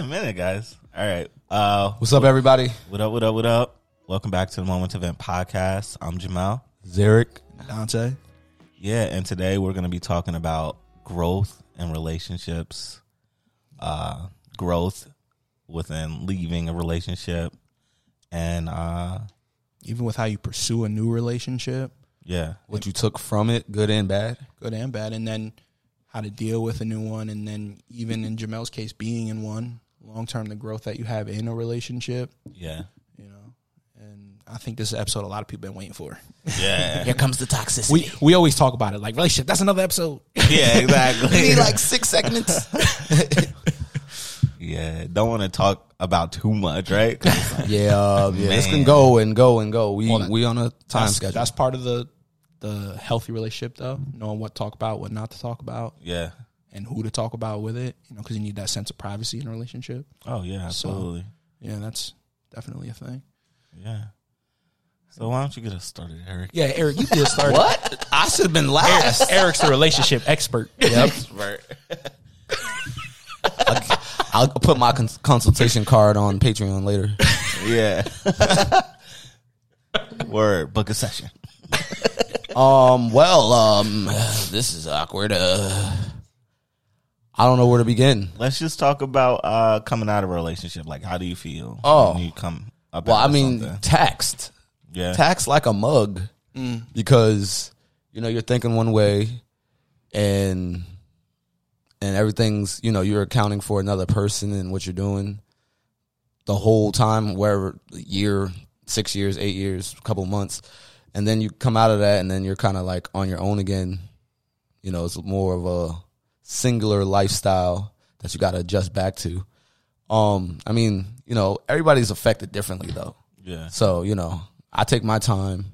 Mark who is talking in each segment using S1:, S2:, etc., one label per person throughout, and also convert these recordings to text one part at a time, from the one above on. S1: Yeah, guys. All right. Uh,
S2: What's up, everybody?
S1: what up? What up? What up? Welcome back to the Moment Event Podcast. I'm Jamal.
S2: Zarek.
S3: Dante.
S1: Yeah, and today we're going to be talking about growth and relationships, uh, growth within leaving a relationship, and uh,
S3: Even with how you pursue a new relationship,
S1: yeah,
S2: What you took from it, good and bad.
S3: good and bad, and then how to deal with a new one, and then even in Jamel's case, being in one long term, the growth that you have in a relationship,
S1: yeah,
S3: you know. And I think this is an episode a lot of people been waiting for.
S1: yeah,
S2: comes the toxicity.
S3: We we always talk about it like relationship. That's another episode.
S1: yeah, exactly.
S2: six segments.
S1: yeah, don't want to talk about too much, right? 'Cause it's like,
S2: yeah, uh, yeah. This
S1: Man.
S2: can go and go and go. We we on a time
S3: That's,
S2: schedule.
S3: that's part of the the healthy relationship though, knowing what to talk about, what not to talk about,
S1: yeah.
S3: and who to talk about with it. You know, because you need that sense of privacy in a relationship.
S1: Oh yeah,
S3: So-
S1: absolutely.
S3: Yeah, that's definitely a thing.
S1: yeah. So why don't you get us started, Eric?
S3: Yeah, Eric, you just started.
S2: what? I should have been last.
S3: Eric's the relationship expert.
S2: Yep. I'll put my cons- consultation card on Patreon later.
S1: Yeah. Word. Book a session.
S2: Um. Well. Um. This is awkward. Uh, I don't know where to begin.
S1: Let's just talk about uh, coming out of a relationship. Like, how do you feel?
S2: Oh.
S1: when you come up.
S2: Well, I
S1: out of
S2: mean,
S1: something?
S2: taxed.
S1: yeah,
S2: taxed like a mug because you know you're thinking one way and and everything's you know you're accounting for another person and what you're doing the whole time wherever year six years eight years couple months and then you come out of that and then you're kind of like on your own again you know it's more of a singular lifestyle that you got to adjust back to um i mean you know everybody's affected differently though
S1: yeah,
S2: so, you know, I take my time,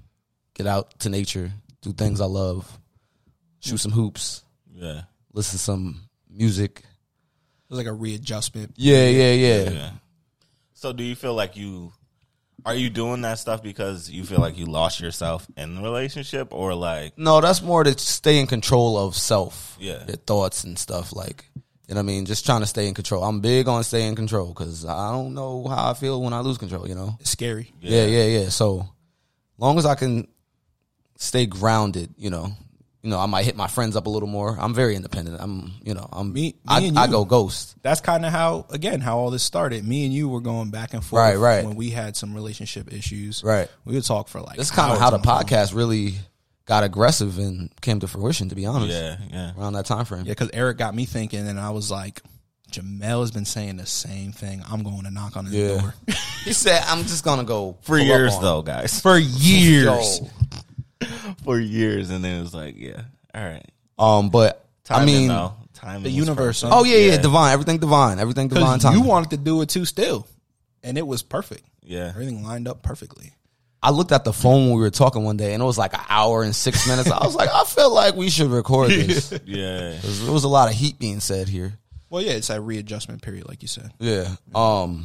S2: get out to nature, do things I love, shoot some hoops,
S1: yeah,
S2: listen to some music.
S3: It's like a readjustment.
S2: Yeah, yeah, yeah.
S1: yeah. So, do you feel like you are you doing that stuff because you feel like you lost yourself in the relationship, or like,
S2: No, that's more to stay in control of self.
S1: Yeah.
S2: Your thoughts and stuff like you know what I mean, just trying to stay in control. I'm big on staying in control cuz I don't know how I feel when I lose control, you know.
S3: It's scary.
S2: Yeah, yeah, yeah. So long as I can stay grounded, you know, you know, I might hit my friends up a little more. I'm very independent. I'm, you know, I'm
S3: Me- me
S2: I,
S3: and
S2: I
S3: you.
S2: go ghost.
S3: That's kind of how, again, how all this started. Me and you were going back and forth.
S2: Right, right.
S3: When we had some relationship issues,
S2: Right.
S3: We would talk for like.
S2: That's kind of
S3: hours
S2: how the
S3: on phone.
S2: podcast really got aggressive and came to fruition. To be honest,
S1: yeah, yeah,
S2: around that time frame.
S3: Yeah, because Eric got me thinking, and I was like, Jamel has been saying the same thing. I'm going to knock on his
S2: Yeah.
S3: door
S2: He said, "I'm just gonna go
S1: for
S2: pull up
S1: years
S2: on
S1: though, guys,
S3: for
S2: it."
S3: years.
S2: Yo.
S1: for years, and then it was like, yeah, all right.
S2: Um, but I
S1: Timing,
S2: mean,
S1: though. Timing
S3: The
S1: was
S3: universe.
S1: perfect.
S2: oh yeah, yeah,
S1: Yeah.
S2: divine, everything divine, everything divine.
S3: Because
S2: Time.
S3: you wanted to do it too, still, and it was perfect.
S1: Yeah,
S3: Everything lined up perfectly.
S2: I looked at the phone when we were talking one day, and it was like an hour and six minutes. I was like, I feel like we should record this.
S1: yeah,
S2: There was a lot of heat being said here.
S3: Well, yeah, it's that readjustment period, like you said.
S2: Yeah. Um.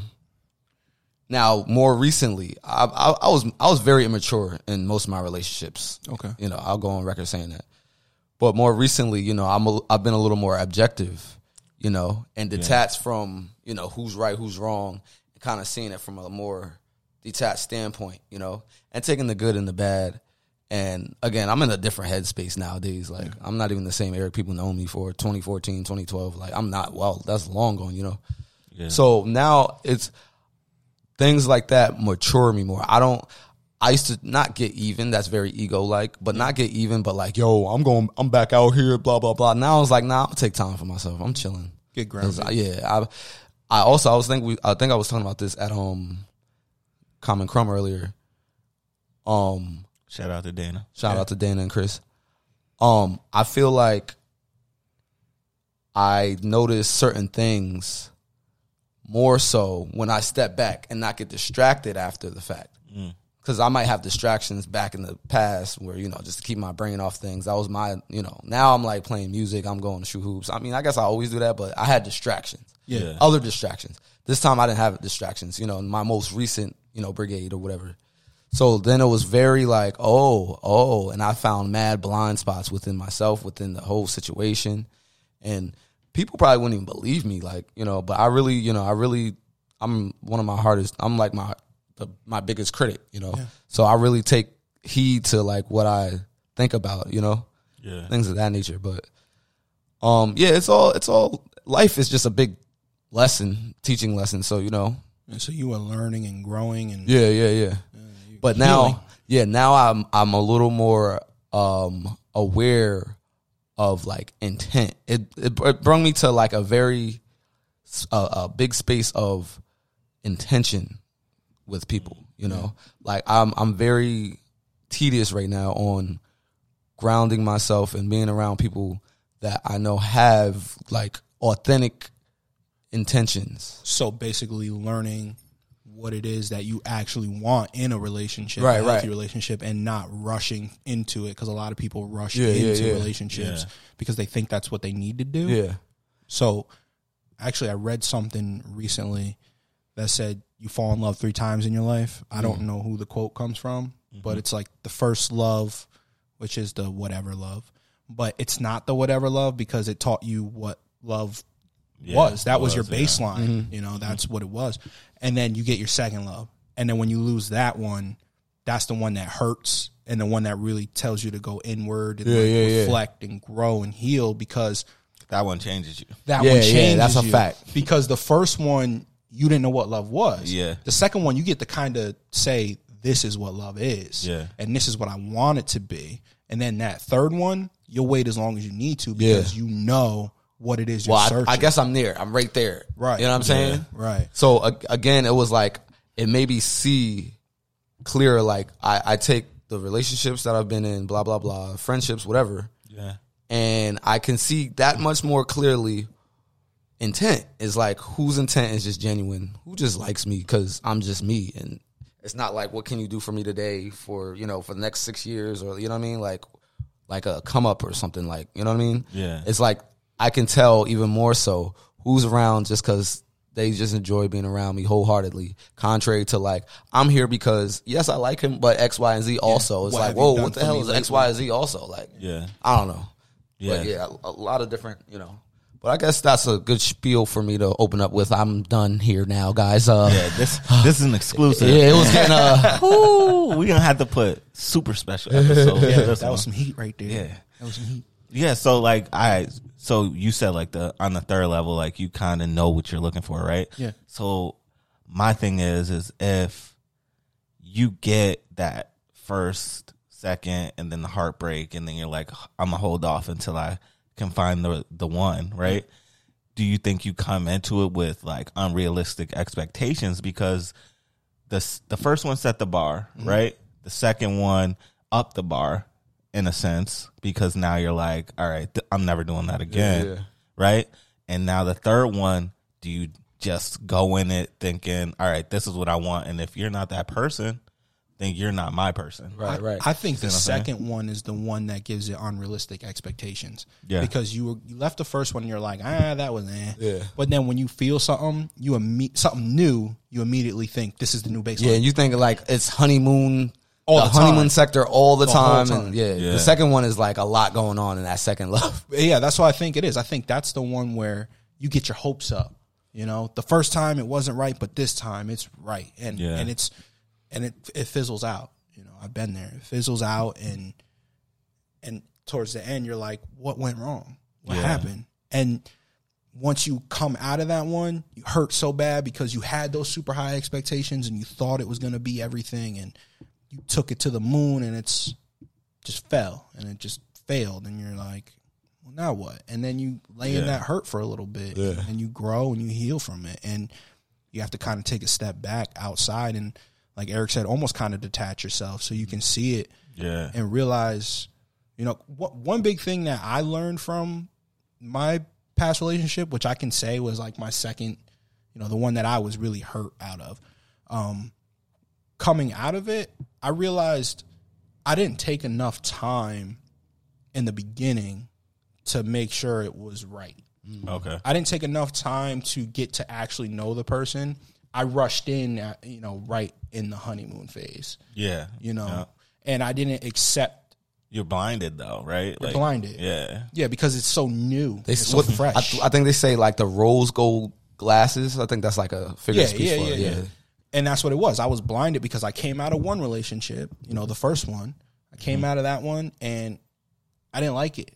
S2: Now, more recently, I, I, I was I was very immature in most of my relationships.
S3: Okay.
S2: You know, I'll go on record saying that. But more recently, you know, I'm a, I've been a little more objective, you know, and detached from you know who's right, who's wrong, kind of seeing it from a more detached standpoint, you know, and taking the good and the bad. And again, I'm in a different headspace nowadays. Like, I'm not even the same Eric people know me for 2014, 2012. Like, I'm not, well, that's long gone, you know. So now it's things like that mature me more. I don't. I used to not get even. That's very ego like, but not get even. But like, yo, I'm going. I'm back out here. Blah blah blah. Now I was like, nah, I'm gonna take time for myself. I'm chilling.
S3: Get
S2: 'Cause
S3: grounded.
S2: I- yeah. I, I also I was thinking. We, I think I was talking about this at um, Common Crumb earlier. Um,
S1: shout out to Dana.
S2: Shout out to Dana and Chris. Um, I feel like I notice certain things more so when I step back and not get distracted after the fact. Because I might have distractions back in the past where, you know, just to keep my brain off things. That was my, you know, now I'm like playing music, I'm going to shoot hoops. I mean, I guess I always do that, but I had distractions
S3: Yeah.
S2: other distractions. This time I didn't have distractions, you know, in my most recent, you know, brigade or whatever. So then it was very like, oh, oh, and I found mad blind spots within myself, within the whole situation. And people probably wouldn't even believe me, like you know. But I really, you know, I really, I'm one of my hardest. I'm like my the, my biggest critic, you know. So I really take heed to like what I think about, you know,
S1: Yeah.
S2: things of that nature. But um, yeah, it's all it's all life is just a big lesson, teaching lesson. So you know,
S3: And so you were learning and growing and
S2: yeah, yeah, yeah. But now, yeah, now I'm I'm a little more um aware of like intent. It it, br- it brought me to like a very s- a, a big space of intention with people. You know, like I'm I'm very tedious right now on grounding myself and being around people that I know have like authentic intentions.
S3: so basically learning what it is that you actually want in a relationship,
S2: Right,
S3: a healthy
S2: right.
S3: relationship, and not rushing into it because a lot of people rush
S2: Yeah, yeah,
S3: into
S2: yeah.
S3: relationships
S1: Yeah.
S3: because they think that's what they need to do.
S2: Yeah.
S3: So, actually, I read something recently that said you fall in love three times in your life. I
S1: Mm-hmm.
S3: don't know who the quote comes from, but it's like the first love, which is the whatever love, but it's not the whatever love because it taught you what love
S1: Yeah,
S3: was. That was, your
S1: yeah. Mm-hmm.
S3: baseline.
S2: Mm-hmm.
S3: You know, that's what it was. And then you get your second love. And then when you lose that one, that's the one that hurts and the one that really tells you to go inward and
S2: Yeah,
S3: like,
S2: yeah, yeah.
S3: reflect and grow and heal because
S1: That one changes you.
S3: that
S2: Yeah,
S3: one
S2: yeah,
S3: changes.
S2: that's a
S3: you.
S2: fact.
S3: Because the first one, you didn't know what love was.
S1: Yeah.
S3: The second one, you get to kind of say, this is what love is.
S1: Yeah.
S3: And this is what I want it to be. And then that third one, you'll wait as long as you need to because you know what it is you're
S2: Well, I-
S3: searching.
S2: I, guess I'm there. I'm right there.
S3: Right.
S2: You know what I'm saying?
S3: Right.
S2: So a- again, it was like it made me see clearer. Like I, I take the relationships that I've been in, blah blah blah, friendships, whatever,
S1: Yeah.
S2: and I can see that much more clearly. Intent is like whose intent is just genuine. Who just likes me because I'm just me, and it's not like what can you do for me today for you know for the next six years or you know what I mean, like like a come up or something like you know what I mean.
S1: Yeah.
S2: it's like I can tell even more so who's around just because they just enjoy being around me wholeheartedly. Contrary to like I'm here because yes I like him, but X Y and Z also. It's
S3: What
S2: like
S3: have you
S2: whoa,
S3: done
S2: what the
S3: for
S2: hell
S3: me
S2: is X Y and Z also like?
S1: Yeah.
S2: I don't know.
S1: Yeah.
S2: But yeah, a, a lot of different, you know. But I guess that's a good spiel for me to open up with. I'm done here now, guys. Uh,
S1: Yeah. This this is an exclusive.
S2: yeah, it was getting uh,
S1: Ooh, we gonna have to put super special episode.
S3: Yeah,
S1: yeah,
S3: that was some heat right there.
S1: Yeah.
S3: That was some heat.
S1: yeah. So like I, so you said like the on the third level, like you kind of know what you're looking for, right?
S3: Yeah.
S1: So my thing is, is if you get that first, second, and then the heartbreak, and then you're like, I'm gonna hold off until I can find the the one, right? Do you think you come into it with like unrealistic expectations because the s- the first one set the bar,
S2: Mm-hmm.
S1: right? The second one up the bar in a sense because now you're like, all right, th- I'm never doing that again,
S2: yeah.
S1: right? And now the third one, do you just go in it thinking, all right, this is what I want, and if you're not that person, then you're not my person,
S2: right, right.
S3: I think the
S1: what I'm saying?
S3: second one is the one that gives it unrealistic expectations.
S1: Yeah.
S3: Because you were you left the first one and you're like, ah, that was eh.
S2: Yeah.
S3: But then when you feel something, you imme- something new, you immediately think this is the new baseline.
S2: Yeah, and you think like it's honeymoon, all the,
S3: the
S2: honeymoon
S3: time.
S2: sector all the,
S3: whole
S2: time, and
S3: time.
S2: yeah,
S1: Yeah.
S2: the second one is like a lot going on in that second love.
S3: yeah, that's what I think it is. I think that's the one where you get your hopes up. You know, the first time it wasn't right, but this time it's right, and
S1: Yeah.
S3: and it's and it it fizzles out. You know, I've been there. It fizzles out, and and towards the end, you're like, what went wrong? What
S1: Yeah.
S3: happened? And once you come out of that one, you hurt so bad because you had those super high expectations and you thought it was going to be everything, and you took it to the moon, and it's just fell and it just failed and you're like well now what and then you lay in that hurt for a little bit and you grow and you heal from it and you have to kind of take a step back outside and like eric said almost kind of detach yourself so you can see it
S1: Yeah,
S3: and realize you know what one big thing that i learned from my past relationship which i can say was like my second you know the one that i was really hurt out of um coming out of it i realized i didn't take enough time in the beginning to make sure it was right
S1: okay,
S3: I didn't take enough time to get to actually know the person. I rushed in, at, you know, right in the honeymoon phase,
S1: yeah,
S3: you know, and I didn't accept
S1: You're blinded though, right?
S3: You're blinded.
S1: Yeah.
S3: Yeah, because it's so new.
S2: They
S3: it's so
S2: what-
S3: fresh.
S2: I, th- I think they say like the rose gold glasses. I think that's like a figure
S3: yeah,
S2: of speech
S3: yeah,
S2: for
S3: yeah,
S2: it.
S3: yeah, And that's what it was. I was blinded because I came out of one relationship, you know, the first one. I
S2: Mm-hmm.
S3: came out of that one and I didn't like it.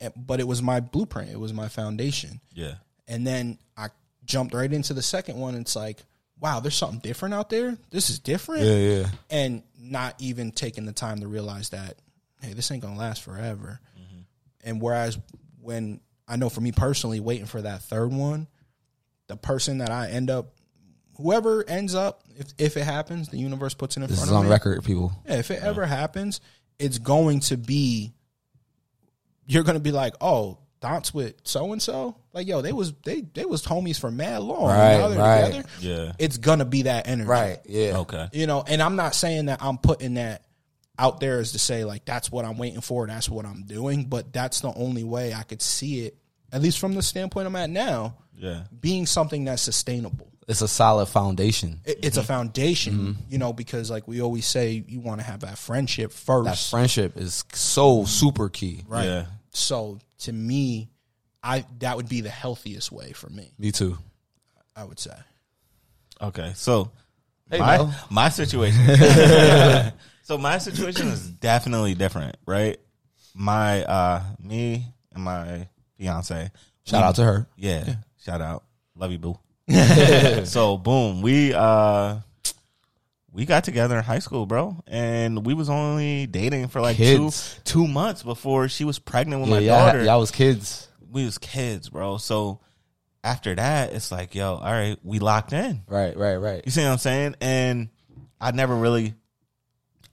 S3: And- But it was my blueprint, it was my foundation.
S1: Yeah.
S3: And then I jumped right into the second one. It's like, wow, there's something different out there. This is different.
S2: yeah, yeah.
S3: And not even taking the time to realize that, hey, this ain't going to last forever. And whereas when I know for me personally, waiting for that third one, the person that I end up, whoever ends up, if, if it happens, the universe puts it in
S2: This
S3: front
S2: is
S3: of
S2: on
S3: me.
S2: record, people.
S3: Yeah, if it ever happens, it's going to be you're gonna be like, oh, Don'ts with so and so. Like, yo, they was they they was homies for mad long. and
S2: Right,
S3: now they're
S2: right.
S3: together.
S1: Yeah.
S3: It's gonna be that energy.
S2: Right. Yeah.
S1: Okay.
S3: You know, and I'm not saying that I'm putting that out there as to say like that's what I'm waiting for, that's what I'm doing, but that's the only way I could see it, at least from the standpoint I'm at now,
S1: Yeah.
S3: being something that's sustainable
S2: It's a solid foundation.
S3: it, it's a foundation, you know, because like we always say, you want to have that friendship first.
S2: That friendship is so super key.
S3: right.
S1: Yeah.
S3: So to me, I that would be the healthiest way for me.
S2: Me too.
S3: I would say.
S1: Okay. So
S2: Hey,
S1: my
S2: Mel.
S1: my situation. so my situation is definitely different, right? My uh me and my fiance.
S2: Shout out to her.
S1: Yeah. Shout out. Love you, boo. so boom, we uh we got together in high school, bro, and we was only dating for like
S2: Kids.
S1: two two months before she was pregnant with
S2: Yeah,
S1: my
S2: y'all,
S1: daughter.
S2: y'all was kids.
S1: We was kids, bro. So after that, it's like, yo, all right, we locked in.
S2: Right, right, right.
S1: You see what I'm saying? And I never really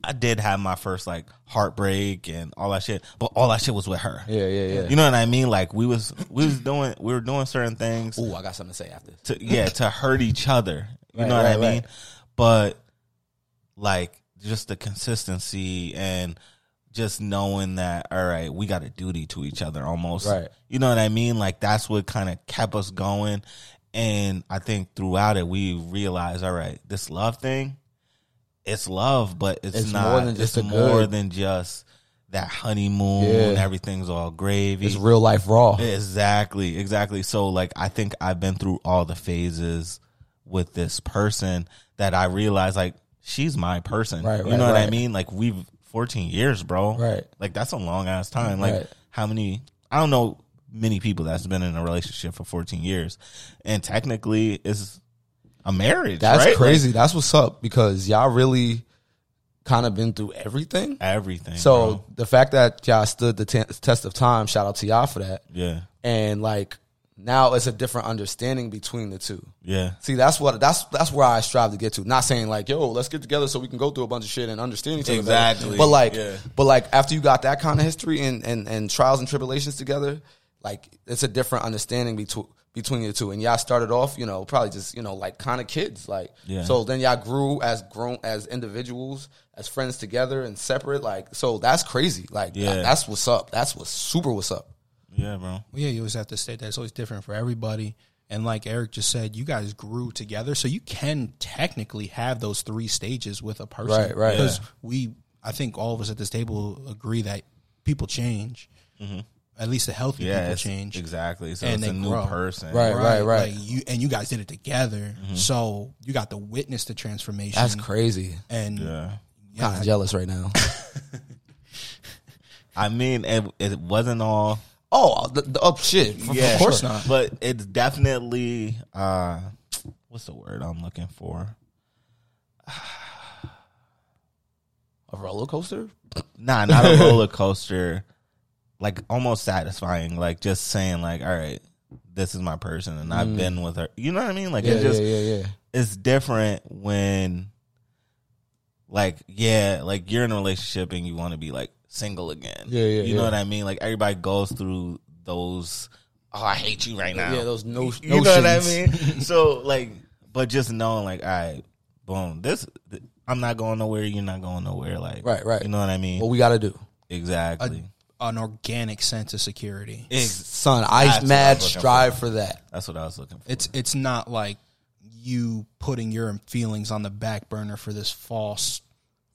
S1: I did have my first like heartbreak and all that shit, but all that shit was with her.
S2: Yeah, yeah, yeah.
S1: You know what I mean? Like we was we was doing we were doing certain things
S2: Ooh, I got something to say after this.
S1: to yeah to hurt each other. You
S2: Right,
S1: know what I
S2: right,
S1: mean?
S2: right.
S1: But like just the consistency and just knowing that all right, we got a duty to each other almost.
S2: Right.
S1: You know what I mean? Like that's what kind of kept us going. And I think throughout it, we realized all right, this love thing, it's love, but it's,
S2: It's
S1: not.
S2: more than just
S1: it's
S2: the
S1: more
S2: good.
S1: than just that honeymoon.
S2: Yeah.
S1: Everything's all gravy.
S2: It's real life raw.
S1: Exactly, exactly. So like I think I've been through all the phases with this person that I realized like she's my person.
S2: Right,
S1: you
S2: right,
S1: know what I
S2: right.
S1: mean? Like we've 14 years, bro.
S2: Right.
S1: Like that's a long ass time. Like
S2: Right.
S1: how many I don't know many people that's been in a relationship for 14 years. And technically it's a marriage,
S2: That's
S1: right? Like,
S2: crazy. That's what's up because y'all really kind of been through everything.
S1: everything.
S2: So
S1: bro.
S2: the fact that y'all stood the t- test of time, shout out to y'all for that.
S1: yeah.
S2: And like now it's a different understanding between the two.
S1: Yeah.
S2: See, that's what that's that's where I strive to get to. Not saying like, yo, let's get together so we can go through a bunch of shit and understand each other. better.
S1: Exactly.
S2: But like,
S1: Yeah.
S2: but like after you got that kind of history and and and trials and tribulations together, like it's a different understanding between between you two. And y'all started off, you know, probably just you know like kind of kids, like.
S1: Yeah.
S2: So then y'all grew as grown as individuals, as friends together and separate. Like, so that's crazy. Like,
S1: Yeah.
S2: that's what's up. That's what's super what's up.
S1: Yeah, bro.
S3: Well, yeah, you always have to state that it's always different for everybody. And like Eric just said, you guys grew together, so you can technically have those three stages with a person,
S2: Right, right.
S3: Because we, I think all of us at this table agree that people change.
S2: Mm-hmm.
S3: At least the healthy
S1: Yeah.
S3: people
S1: it's-
S3: change.
S1: Exactly. So
S3: And
S1: it's
S3: they
S1: a new
S3: grow.
S1: person.
S2: Right, right, right. Mm-hmm.
S3: Like you and you guys did it together, so you got to witness the transformation.
S2: That's crazy.
S3: and
S1: Yeah.
S3: Yeah.
S2: Kind of jealous right now.
S1: I mean, it, it wasn't all
S2: oh, the, the, oh shit.
S1: Yeah,
S2: of course
S3: sure.
S2: not.
S1: but it's definitely uh what's the word I'm looking for?
S2: A roller coaster?
S1: Nah, not a roller coaster. Like almost satisfying. Like just saying like, all right, this is my person and I've been with her. You know what I mean? Like
S2: Mm. Yeah,
S1: it's just
S2: yeah, yeah, yeah.
S1: it's different when like yeah, like you're in a relationship and you want to be like single again.
S2: Yeah, yeah,
S1: You know
S2: yeah.
S1: what I mean? Like everybody goes through those oh, I hate you right now.
S2: Yeah, those no, notions.
S1: you know what I mean? so like, but just knowing like, all right, boom, this th- I'm not going nowhere. You're not going nowhere. Like,
S2: Right, right. Oh.
S1: You know what I mean?
S2: What we got to do,
S1: exactly.
S3: an organic sense of security.
S1: Ex-
S2: son? I
S1: That's what I
S2: mad
S1: was looking
S2: strive for that.
S1: that's what I was looking for.
S3: It's it's not like you putting your feelings on the back burner for this false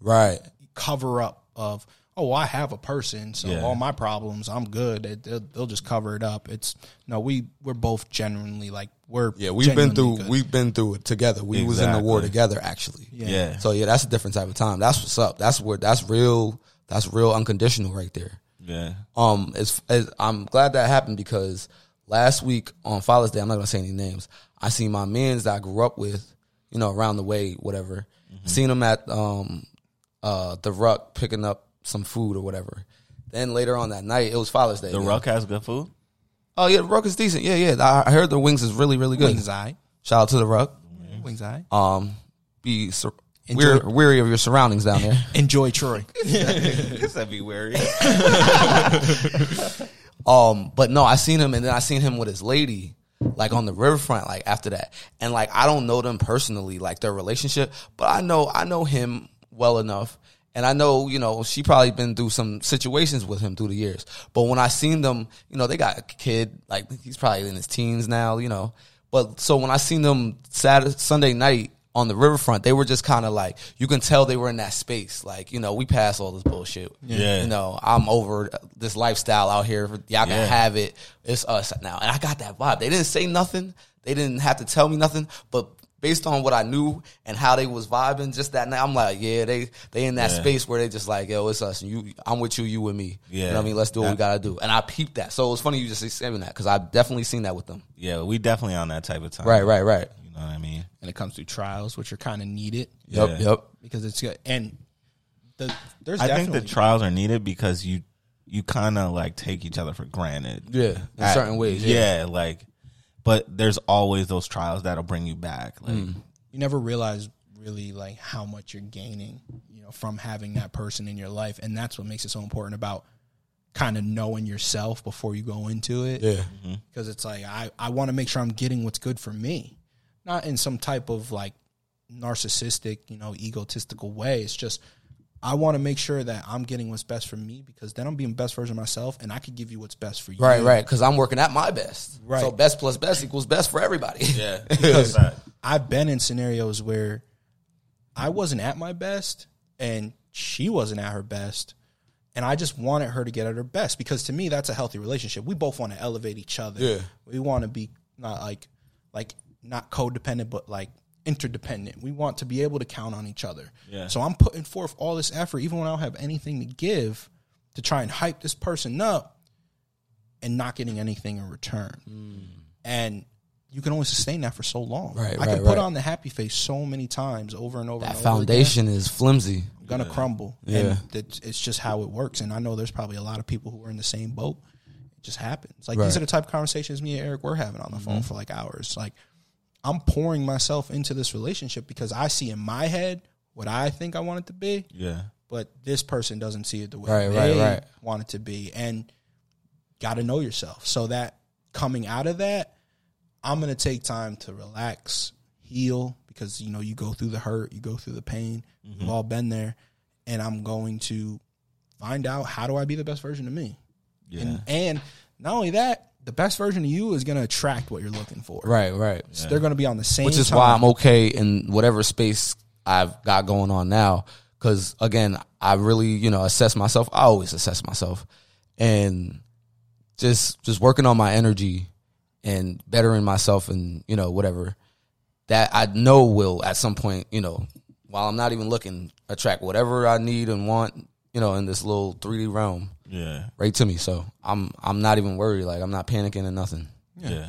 S2: Right.
S3: cover up of oh, well, I have a person, so
S1: Yeah.
S3: all my problems, I'm good. It, they'll, they'll just cover it up. It's no, we we're both genuinely like we're
S2: Yeah, we've been through
S3: genuinely good.
S2: we've been through it together. We was in the war
S1: Exactly.
S2: together actually.
S3: Yeah.
S1: Yeah.
S2: So yeah, that's a different type of time. That's what's up. That's where that's real that's real unconditional right there.
S1: yeah.
S2: Um as, as I'm glad that happened because last week on Father's Day, I'm not gonna say any names. I seen my men's that I grew up with, you know, around the way, whatever.
S1: Mm-hmm.
S2: Seen them at um uh the ruck picking up some food or whatever. Then later on that night, it was Father's Day.
S1: The
S2: yeah.
S1: Ruck has good food.
S2: Oh yeah, the ruck is decent. Yeah, yeah. I- I heard the wings is really, really good.
S3: wings eye,
S2: Shout out to the ruck.
S3: wings eye.
S1: Uh,
S2: um, be sur- weary, weary of your surroundings down there.
S3: Enjoy Troy.
S1: Guess that'd be wary.
S2: um, but no, I seen him, and then I seen him with his lady, like on the riverfront, like after that, and like I don't know them personally, like their relationship, but I know I know him well enough, and I know you know she probably been through some situations with him through the years. But when I seen them, you know they got a kid, like he's probably in his teens now, you know. But so when I seen them Saturday, Sunday night on the riverfront, they were just kind of like you can tell they were in that space. Like you know, we pass all this bullshit.
S1: Yeah.
S2: you know, I'm over this lifestyle out here. Y'all can
S1: Yeah.
S2: have it. It's us now, and I got that vibe. They didn't say nothing. They didn't have to tell me nothing, but. Based on what I knew and how they was vibing just that night, I'm like, yeah, they they in that
S1: Yeah.
S2: space where they just like, yo, it's us. You, I'm with you, you with me. You know
S1: Yeah.
S2: what I mean? Let's do what we
S1: Yeah.
S2: gotta do. And I peeped that, so it was funny you just saying that because I've definitely seen that with them.
S1: yeah, we definitely on that type of time.
S2: Right, right, right.
S1: You know what I mean?
S3: and it comes through trials, which are kind of needed
S2: Yep,
S1: Yeah.
S2: yep.
S3: because it's good. And the there's
S1: I think
S3: definitely
S1: the trials are needed because you you kind of like take each other for granted.
S2: Yeah, in
S1: At-
S2: certain ways. Yeah.
S1: Yeah. like, but there's always those trials that'll bring you back. Like,
S2: Mm.
S3: you never realize really like how much you're gaining, you know, from having that person in your life, and that's what makes it so important about kind of knowing yourself before you go into it.
S2: Yeah.
S3: because it's like I I want to make sure I'm getting what's good for me, not in some type of like narcissistic, you know, egotistical way. It's just I want to make sure that I'm getting what's best for me because then I'm being best version of myself, and I could give you what's best for you.
S1: Mm-hmm.
S2: Right, right. Because I'm working at my best.
S3: Right.
S2: So best plus best equals best for everybody.
S1: yeah,
S3: I've been in scenarios where I wasn't at my best and she wasn't at her best. And I just wanted her to get at her best because to me that's a healthy relationship. We both want to elevate each other.
S2: Yeah.
S3: We want to be not like like not codependent but like interdependent. We want to be able to count on each other.
S1: Yeah.
S3: So I'm putting forth all this effort even when I don't have anything to give to try and hype this person up and not getting anything in return and you can only sustain that for so long.
S2: Mm. Right,
S3: I
S2: right,
S3: can put
S2: right.
S3: on the happy face so many times over and over.
S2: That
S3: and over
S2: foundation is flimsy.
S3: again, gonna crumble.
S2: Yeah.
S3: and that, it's just how it works. And I know there's probably a lot of people who are in the same boat. It just happens. Like
S2: Right. Mm-hmm.
S3: these are the type of conversations me and Eric were having on the phone for like hours. Like I'm pouring myself into this relationship because I see in my head what I think I want it to be,
S1: yeah,
S3: but this person doesn't see it the way
S2: Right, right,
S3: they
S2: right.
S3: want it to be and got to know yourself so that coming out of that i'm going to take time to relax heal because you know you go through the hurt you go through the pain
S2: Mm-hmm.
S3: we've all been there and i'm going to find out how do i be the best version of me
S1: yeah,
S3: and, and not only that the best version of you is going to attract what you're looking for
S2: Right, right.
S3: so they're going to be on the same
S2: Which is
S3: time.
S2: why I'm okay in whatever space I've got going on now. Because again, I really, you know, assess myself. I always assess myself, and just just working on my energy and bettering myself, and you know, whatever that I know will at some point, you know, while I'm not even looking, attract whatever I need and want, you know, in this little 3D realm
S1: yeah,
S2: right to me. So I'm I'm not even worried. Like I'm not panicking and nothing.
S1: yeah,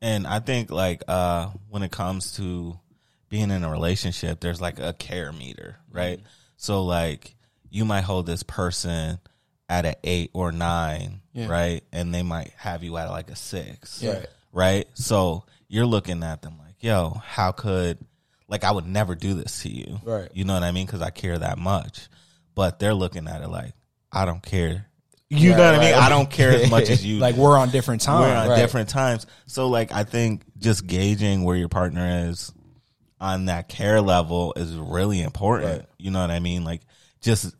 S1: And I think like uh when it comes to being in a relationship, there's like a care meter, right? So like you might hold this person at an eight or nine, right? And they might have you at like a six.
S2: Yeah. Right.
S1: right? So you're looking at them like, yo, how could, like, I would never do this to you.
S2: Right.
S1: You know what I mean? Because I care that much. But they're looking at it like, I don't care. You know what I mean? I don't care as much as you.
S3: like we're on different
S1: we're
S3: times
S1: on
S2: Oh, right.
S1: different times. So, like, I think just gauging where your partner is on that care level is really important. You know what I mean? Like, just,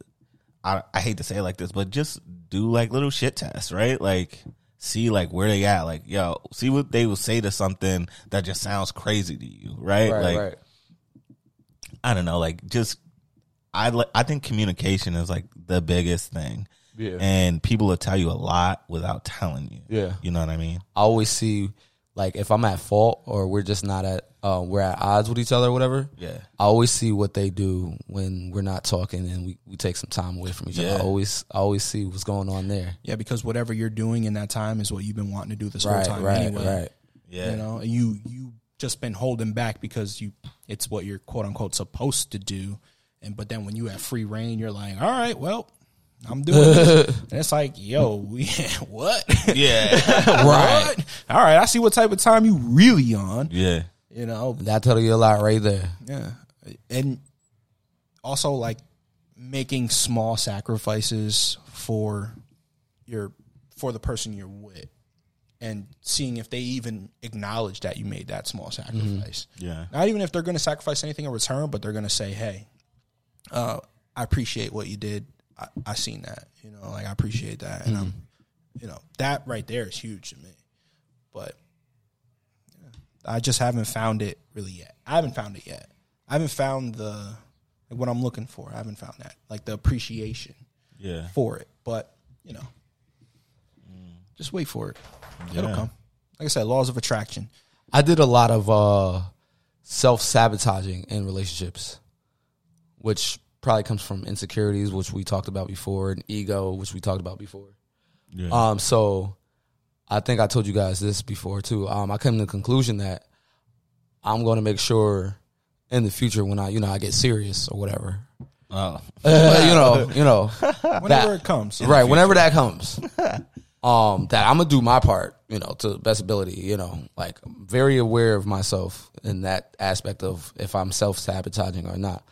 S1: I, I hate to say it like this, but just do like little shit tests, right? Like, see like where they at. Like, yo, see what they will say to something that just sounds crazy to you, right? like, I don't know, like just I li- I think communication is like the biggest thing.
S2: Yeah.
S1: And people will tell you a lot without telling you.
S2: Yeah.
S1: You know what I mean?
S2: I always see like if I'm at fault or we're just not at uh, we're at odds with each other or whatever.
S1: Yeah.
S2: I always see what they do when we're not talking and we, we take some time away from each
S1: Yeah.
S2: other. I always I always see what's going on there.
S3: Yeah, because whatever you're doing in that time is what you've been wanting to do this
S2: Right,
S3: whole time
S2: right,
S3: anyway.
S2: right.
S1: Yeah.
S3: You know, and you you just been holding back because you it's what you're quote unquote supposed to do. And but then when you have free reign, you're like, all right, well, I'm doing this. and it's like, yo, what?
S1: Yeah.
S2: Right.
S3: What? All right, I see what type of time you really on.
S1: yeah.
S3: You know,
S2: That tell you a lot right there.
S3: yeah. And also like making small sacrifices for your for the person you're with and seeing if they even acknowledge that you made that small sacrifice.
S1: Yeah.
S3: Not even if they're going to sacrifice anything in return, but they're going to say, "Hey, uh, I appreciate what you did. I, I seen that. You know, like I appreciate that." And I'm, you know, that right there is huge to me. But yeah, I just haven't found it really yet. I haven't found it yet. I haven't found the like what I'm looking for. I haven't found that like the appreciation
S1: Yeah.
S3: for it. But you know, just wait for it. It'll
S1: Yeah.
S3: come. Like I said, laws of attraction.
S2: I did a lot of uh, self sabotaging in relationships, which probably comes from insecurities, which we talked about before, and ego, which we talked about before.
S1: Yeah.
S2: Um, so I think I told you guys this before too. Um, I came to the conclusion that I'm going to make sure in the future when I, you know, I get serious or whatever,
S1: Oh.
S2: you know, you know,
S3: Whenever
S2: that,
S3: it comes,
S2: right? Whenever that comes, um, that I'm gonna do my part, you know, to the best ability. You know, like I'm very aware of myself in that aspect of if I'm self sabotaging or not.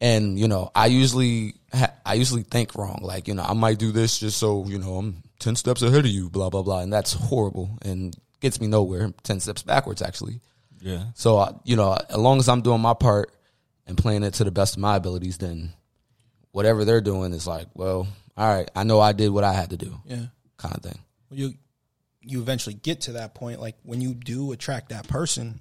S2: And you know, I usually ha- I usually think wrong. Like you know, I might do this just so you know I'm ten steps ahead of you, blah blah blah, and that's horrible and gets me nowhere. Ten steps backwards, actually.
S1: Yeah.
S2: So I, you know, as long as I'm doing my part and playing it to the best of my abilities, then whatever they're doing is like, well, all right, I know I did what I had to do,
S3: Yeah.
S2: kind of thing.
S3: Well, you you eventually get to that point. Like when you do attract that person,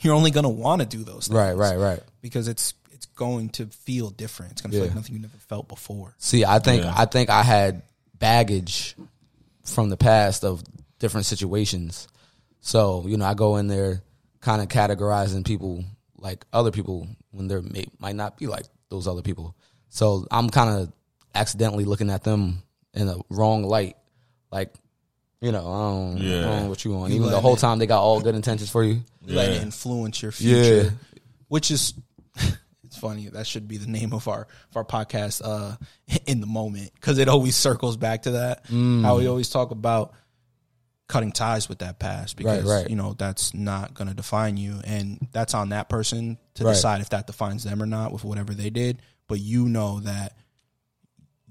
S3: you're only gonna want to do those things,
S2: Right, right, right.
S3: Because it's it's going to feel different. It's gonna feel like
S2: Yeah.
S3: nothing you never felt before.
S2: See, I think
S1: Yeah.
S2: I think I had baggage from the past of different situations. So you know, I go in there kind of categorizing people like other people when they're may, might not be like those other people. So I'm kind of accidentally looking at them in a wrong light, like. You know, I don't, I don't
S1: Yeah.
S2: know what you want.
S3: You
S2: Even the
S3: letting
S2: whole
S3: it-
S2: time they got all good intentions for you.
S3: You Let it
S1: Yeah.
S3: influence your future,
S2: Yeah.
S3: which is it's funny. That should be the name of our of our podcast. Uh, in the moment, because it always circles back to that.
S2: Mm.
S3: How we always talk about cutting ties with that past because
S2: right.
S3: you know that's not going to define you and that's on that person to
S2: Right.
S3: decide if that defines them or not with whatever they did but you know that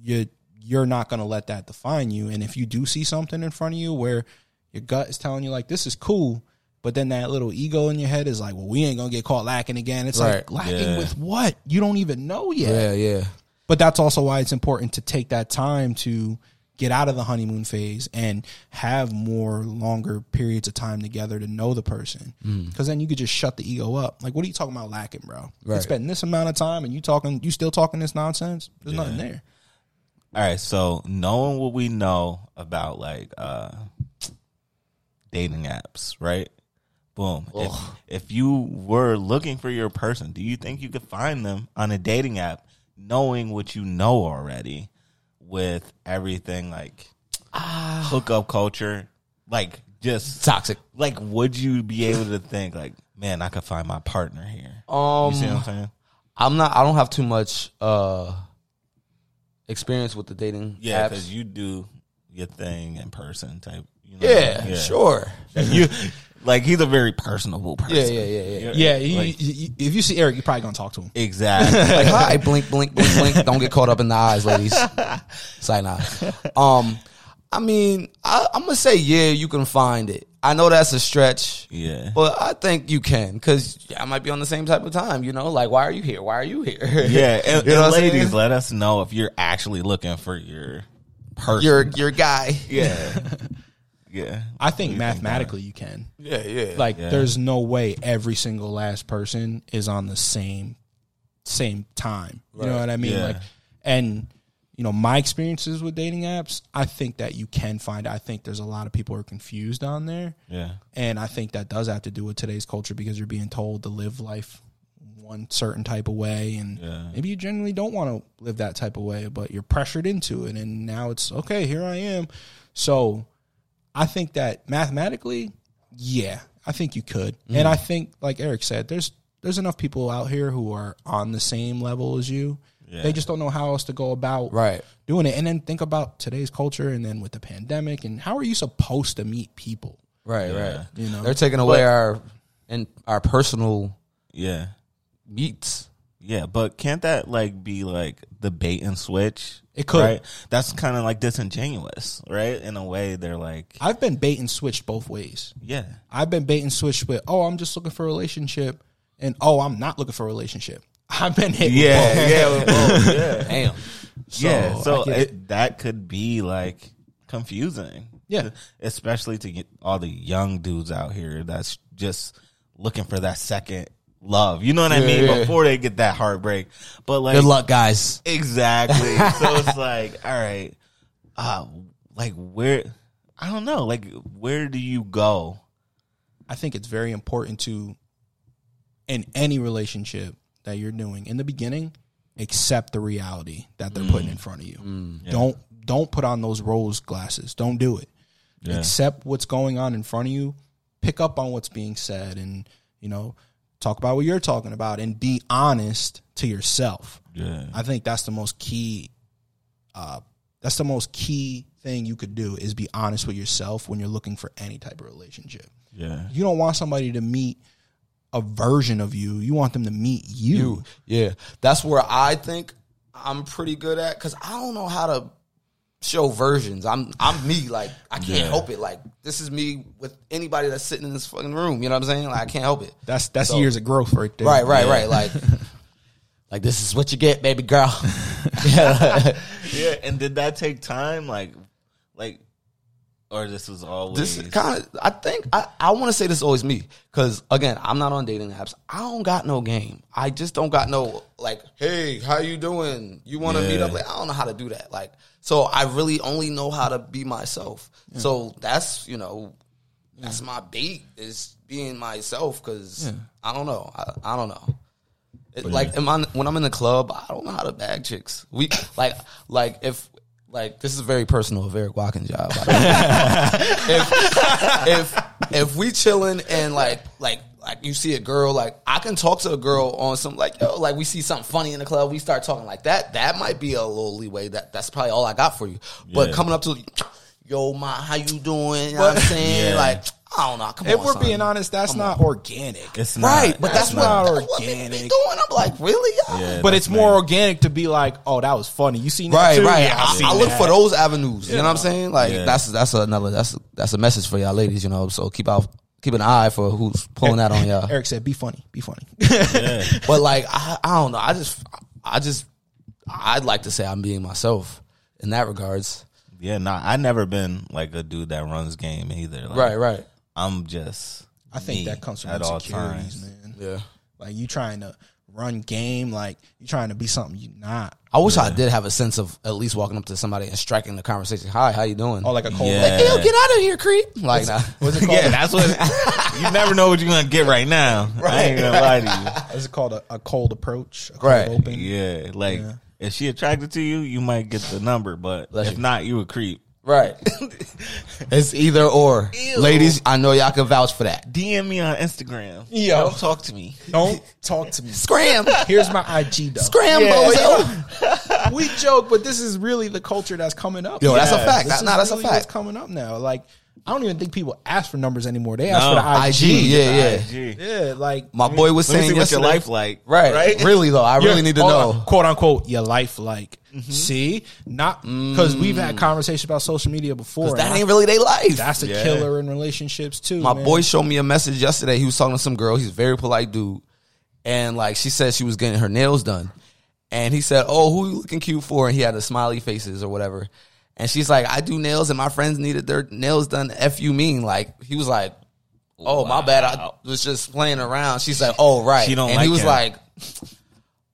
S3: you you're not going to let that define you and if you do see something in front of you where your gut is telling you like this is cool but then that little ego in your head is like well we ain't going to get caught lacking again it's
S2: Right.
S3: like lacking
S1: Yeah.
S3: with what you don't even know yet
S2: Yeah, yeah,
S3: but that's also why it's important to take that time to get out of the honeymoon phase and have more longer periods of time together to know the person
S2: Mm.
S3: because then you could just shut the ego up like what are you talking about lacking bro
S2: Right.
S3: it's been this amount of time and you talking you still talking this nonsense there's nothing there
S1: All right. So knowing what we know about like uh dating apps, right? Boom. If, if you were looking for your person, do you think you could find them on a dating app, knowing what you know already, with everything like hookup culture, like just
S2: toxic.
S1: like would you be able to think like, man, I could find my partner here?
S2: Um,
S1: you see what I'm saying?
S2: I'm not. I don't have too much uh experience with the dating
S1: Yeah,
S2: apps.
S1: because you do your thing in person type. You know?
S2: yeah, sure.
S1: you like he's a very personable person.
S2: Yeah, yeah, yeah, yeah.
S1: You're-
S3: you-
S1: like-
S3: you- you- if you see eric you're probably going to talk to him
S1: exactly.
S2: Like, hi, blink, blink, blink, blink. Don't get caught up in the eyes, ladies. Say nah. Um, I mean, I, I'm gonna say yeah, you can find it. I know that's a stretch.
S1: Yeah.
S2: But I think you can because I might be on the same type of time, you know. Like, why are you here? Why are you here?
S1: yeah, and,
S2: You know
S1: and
S2: what I'm saying?
S1: ladies, let us know if you're actually looking for your person.
S2: your your guy.
S1: yeah, yeah.
S3: i think mathematically you can
S2: yeah, yeah.
S3: like there's no way every single last person is on the same same time. You know what I mean?
S1: Yeah.
S3: Like, and you know my experiences with dating apps. I think that you can find. I think there's a lot of people who are confused on there.
S1: Yeah.
S3: And I think that does have to do with today's culture because you're being told to live life one certain type of way. And
S1: Yeah.
S3: maybe you generally don't want to live that type of way, but you're pressured into it. And now it's okay, here I am. So I think that mathematically, yeah, I think you could.
S1: Mm.
S3: And I think, like Eric said, there's there's enough people out here who are on the same level as you. They just don't know how else to go about
S2: Right.
S3: doing it. And then think about today's culture and then with the pandemic and how are you supposed to meet people?
S2: Right, right.
S3: You know?
S2: They're taking away our and our personal
S1: Yeah.
S2: meets.
S1: Yeah, but can't that like be like the bait and switch?
S3: It could.
S1: Right? That's kind of like disingenuous, right? In a way, they're like,
S3: I've been bait and switched both ways.
S1: yeah,
S3: I've been bait and switched with, oh, I'm just looking for a relationship, and oh, I'm not looking for a relationship. I've been hit. with both.
S1: yeah,
S2: Damn.
S1: yeah. So
S3: I get
S1: it, that could be like confusing, E,
S3: Yeah.
S1: especially to get all the young dudes out here that's just looking for that second love. You know what I
S2: Yeah,
S1: mean?
S2: yeah.
S1: Before they get that heartbreak, but like,
S2: Good luck, guys.
S1: Exactly. so it's like, all right, uh, like where? I don't know. Like where do you go?
S3: I think it's very important to, in any relationship that you're doing in the beginning, accept the reality that they're putting in front of you. Don't don't put on those rose glasses. Don't do it. Accept what's going on in front of you. Pick up on what's being said, and you know, talk about what you're talking about, and be honest to yourself.
S1: Yeah.
S3: I think that's the most key. Uh, that's the most key thing you could do is be honest with yourself when you're looking for any type of relationship.
S1: Yeah.
S3: You don't want somebody to meet a version of you. You want them to meet you.
S2: You. Yeah. That's where I think I'm pretty good at because I don't know how to show versions. I'm I'm me. Like I can't
S1: Yeah.
S2: help it. Like this is me with anybody that's sitting in this fucking room. You know what I'm saying? Like I can't help it.
S3: That's that's years of growth right there.
S2: Right, right, right. Like like this is what you get, baby girl. yeah.
S1: Yeah. And did that take time? Like, like, or this was always
S2: This kind of, I think, I, I want to say this is always me. Because, again, I'm not on dating apps. I don't got no game. I just don't got no, like, hey, how you doing? You want to meet
S1: Yeah.
S2: up? Like, I don't know how to do that. Like, so I really only know how to be myself. So that's, you know, that's my bait is being myself. Because I don't know. I, I don't know. It, like am I, when I'm in the club, I don't know how to bag chicks. We like like if like this is very personal of Eric Watkins' job. if if if we chilling and like like like you see a girl, like I can talk to a girl on some like yo, like we see something funny in the club, we start talking like that. That might be a little leeway. That that's probably all I got for you. But
S1: Yeah.
S2: coming up to yo, ma, how you doing? You know what I'm saying?
S1: Yeah.
S2: Like I don't know. Come
S3: If
S2: on,
S3: we're
S2: son.
S3: being honest, that's not organic.
S1: It's not
S2: right, but that's,
S3: that's
S2: what,
S3: not
S2: that's what they be
S3: organic.
S2: doing. I'm like, really? Y'all?
S1: Yeah,
S3: but it's
S1: that's
S3: more
S1: nice.
S3: organic to be like, oh, that was funny. You seen that
S2: Right,
S3: too?
S2: right.
S3: Yeah, I
S2: I,
S3: seen
S2: I look
S3: that.
S2: for those avenues. You know what I'm saying? Like
S1: Yeah.
S2: that's that's another that's that's a message for y'all ladies. You know, so keep out keep an eye for who's pulling that on y'all.
S3: Eric said, "Be funny, be funny."
S2: But like I, I don't know. I just I just I'd like to say I'm being myself in that regards.
S1: Yeah. Nah. I never been like a dude that runs game either. Like,
S2: Right, right.
S1: I'm just.
S3: I think
S1: me
S3: that comes from
S1: at all
S3: insecurities,
S1: times.
S3: man.
S2: Yeah.
S3: Like you trying to run game, like you trying to be something you not.
S2: I wish I did have a sense of at least walking up to somebody and striking the conversation. Hi, how you doing?
S3: Oh, like a cold.
S1: Yeah.
S2: Hey, yo, get out of here, creep. Like nah.
S3: What's it called?
S1: Yeah, that's what you never know what you're gonna get right now. I ain't gonna lie to
S3: Is it called a, a cold approach? A cold
S2: Right.
S1: you.
S3: Open.
S1: Yeah, like if she attracted to you, you might get the number, but
S2: Bless
S1: if
S2: you.
S1: not, you a creep.
S2: Right. it's either or. Ladies, I know y'all can vouch for that.
S1: DM me on Instagram.
S3: Yo.
S1: Don't talk to me.
S3: Don't talk to me.
S2: Scram.
S3: Here's my IG though.
S2: Scram, bozo.
S3: we joke, but this is really the culture that's coming up.
S2: Yo, that's a
S3: Yes.
S2: fact.
S3: This
S2: That-
S3: is
S2: nah, that's a
S3: really what's
S2: fact.
S3: coming up now. Like, I don't even think people ask for numbers anymore. They ask
S1: No,
S3: for the IG.
S2: IG, Oh, yeah, yeah.
S1: Gee.
S3: Yeah, like
S2: My boy was
S1: Let me
S2: saying
S1: see what your
S2: yesterday-
S1: life like.
S2: Right,
S1: Right?
S2: Really though, I really need to
S3: Hold on.
S2: know.
S3: quote unquote your life like.
S1: Mm-hmm.
S3: See, not because we've had conversations about social media before. and
S2: Mm. That
S3: I-
S2: ain't really their life.
S3: that's a
S1: Yeah.
S3: killer in relationships too.
S2: My
S3: man.
S2: boy showed me a message yesterday. He was talking to some girl. He's a very polite dude, and like she said, she was getting her nails done, and he said, "Oh, who you looking cute for?" And he had the smiley faces or whatever. And she's like, "I do nails, and my friends needed their nails done." F you mean like he was like, "Oh, my bad, I was just playing around." She's like, "Oh, right,"
S1: She don't
S2: and he
S1: like
S2: was
S1: him.
S2: like.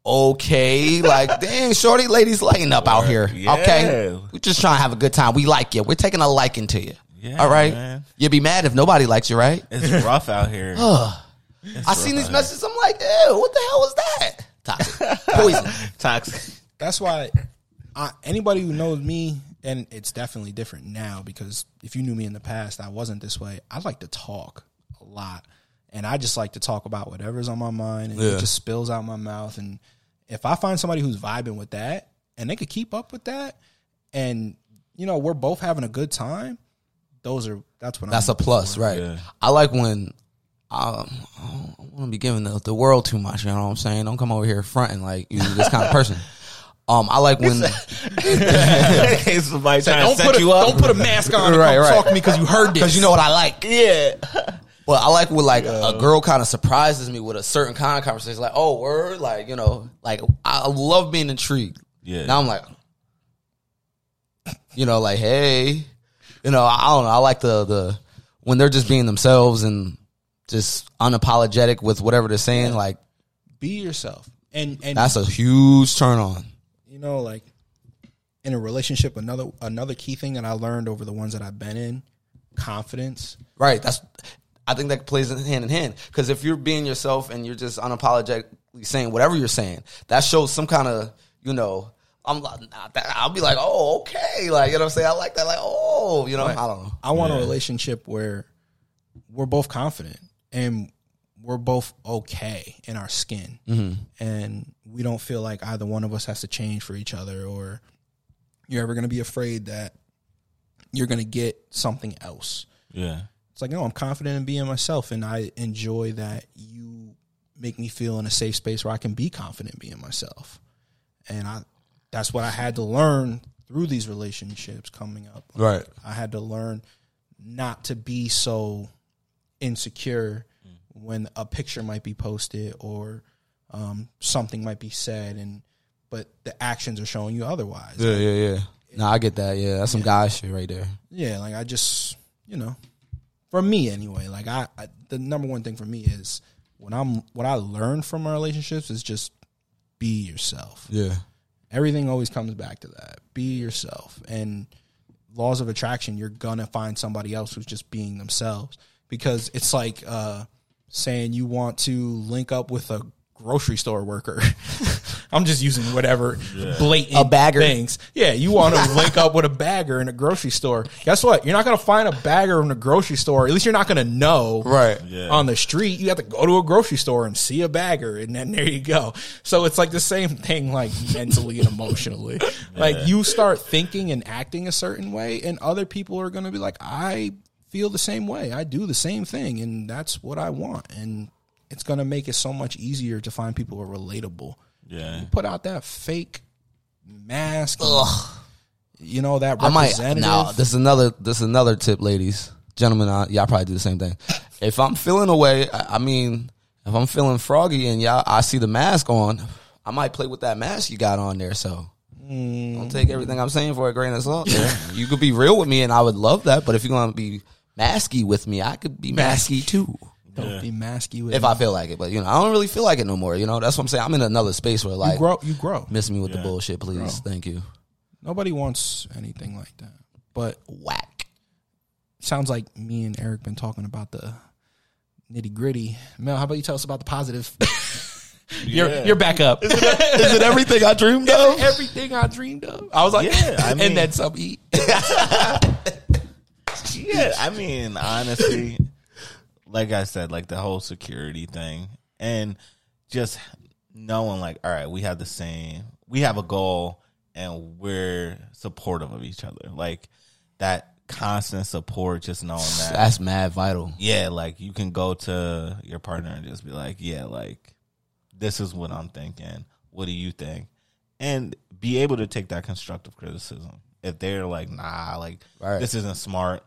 S2: okay, like dang, shorty, ladies lighting up out here. Okay,
S1: Yeah.
S2: we just trying to have a good time. We like you. We're taking a liking to you.
S1: Yeah,
S2: All right,
S1: man.
S2: you'd be mad if nobody likes you, right?
S1: It's rough out here.
S2: I seen these messages. I'm like, ew, what the hell was that? Toxic, poison.
S1: Toxic.
S3: That's why I, anybody who knows me, and it's definitely different now because if you knew me in the past, I wasn't this way. I like to talk a lot, and I just like to talk about whatever's on my mind, and
S2: Yeah.
S3: it just spills out my mouth. And if I find somebody who's vibing with that, and they could keep up with that, and you know we're both having a good time, those are that's what
S2: That's
S3: I'm
S2: a plus, right?
S1: Yeah.
S2: I like when um, I don't want to be giving the, the world too much. You know what I'm saying? Don't come over here fronting like you this kind of person. Um, I like when
S1: In case somebody trying to
S3: don't
S1: set
S3: put a,
S1: you up.
S3: don't put a mask on and
S2: Right,
S3: come
S2: right.
S3: talk to me because you heard this.
S2: because you know what I like.
S1: yeah.
S2: But I like when like a girl kind of surprises me with a certain kind of conversation. Like, oh, word, like you know, like I love being intrigued.
S1: Yeah.
S2: Now I'm like, you know, like hey, you know, I don't know. I like the the when they're just being themselves and just unapologetic with whatever they're saying. Like
S3: be yourself, and and
S2: that's a huge turn on.
S3: you know like in a relationship another another key thing that i learned over the ones that i've been in confidence
S2: Right. That's I think that plays hand in hand because if you're being yourself and you're just unapologetically saying whatever you're saying, that shows some kind of you know. I'm like, nah, that- I'll be like, oh, okay, like you know what I'm saying. I like that, like oh, you know, I don't know.
S3: i want a relationship where we're both confident and we're both okay in our skin and we don't feel like either one of us has to change for each other or you're ever going to be afraid that you're going to get something else
S1: Yeah.
S3: it's like no i'm confident in being myself and i enjoy that you make me feel in a safe space where i can be confident being myself and i that's what i had to learn through these relationships coming up
S2: Right.
S3: i had to learn not to be so insecure when a picture might be posted or um, something might be said and but the actions are showing you otherwise
S2: Yeah, yeah, yeah. No, I get that. Yeah, that's some guy shit right there.
S3: yeah like i just you know for me anyway like I, I the number one thing for me is when i'm what i learn from my relationships is just be yourself
S2: Yeah.
S3: everything always comes back to that be yourself and laws of attraction you're gonna find somebody else who's just being themselves because it's like uh saying you want to link up with a grocery store worker i'm just using whatever blatant
S2: A bagger.
S3: things yeah you want to link up with a bagger in a grocery store guess what you're not gonna find a bagger in a grocery store at least you're not gonna know
S2: Right.
S1: Yeah.
S3: on the street, you have to go to a grocery store and see a bagger, and then there you go. So it's like the same thing, like mentally and emotionally. Like you start thinking and acting a certain way, and other people are going to be like, I feel the same way. I do the same thing, and that's what I want. And it's going to make it so much easier to find people who are relatable.
S1: Yeah.
S3: Put out that fake mask, and, you know, that
S2: I might
S3: representative.
S2: now. This is another. This is another tip, ladies, gentlemen. I, y'all probably do the same thing. If I'm feeling away, I, I mean, if I'm feeling froggy and y'all, I see the mask on, I might play with that mask you got on there. So don't take everything I'm saying for a grain of salt. you could be real with me, and I would love that. But if you're gonna be masky with me, I could be masky too.
S3: Don't be masky with
S2: If
S3: it.
S2: I feel like it, but you know, I don't really feel like it no more. You know, that's what I'm saying. I'm in another space where like,
S3: you grow. You grow.
S2: miss me with the bullshit, please. Thank you.
S3: Nobody wants anything like that. But
S2: Whack.
S3: sounds like me and Eric been talking about the nitty gritty. Mel, how about you tell us about the positive?
S1: Yeah.
S3: You're you're back up.
S2: Is it everything I dreamed of?
S3: Everything I dreamed of. I was like,
S1: Yeah, I mean-
S3: and then some eat.
S1: Yeah, I mean, honestly, like I said, like the whole security thing and just knowing like, all right, we have the same we have a goal and we're supportive of each other. Like that constant support, just knowing that
S2: That's mad vital.
S1: yeah, like you can go to your partner and just be like, yeah, like this is what I'm thinking. What do you think? And be able to take that constructive criticism. If they're like, nah, like
S2: Right.
S1: this isn't smart,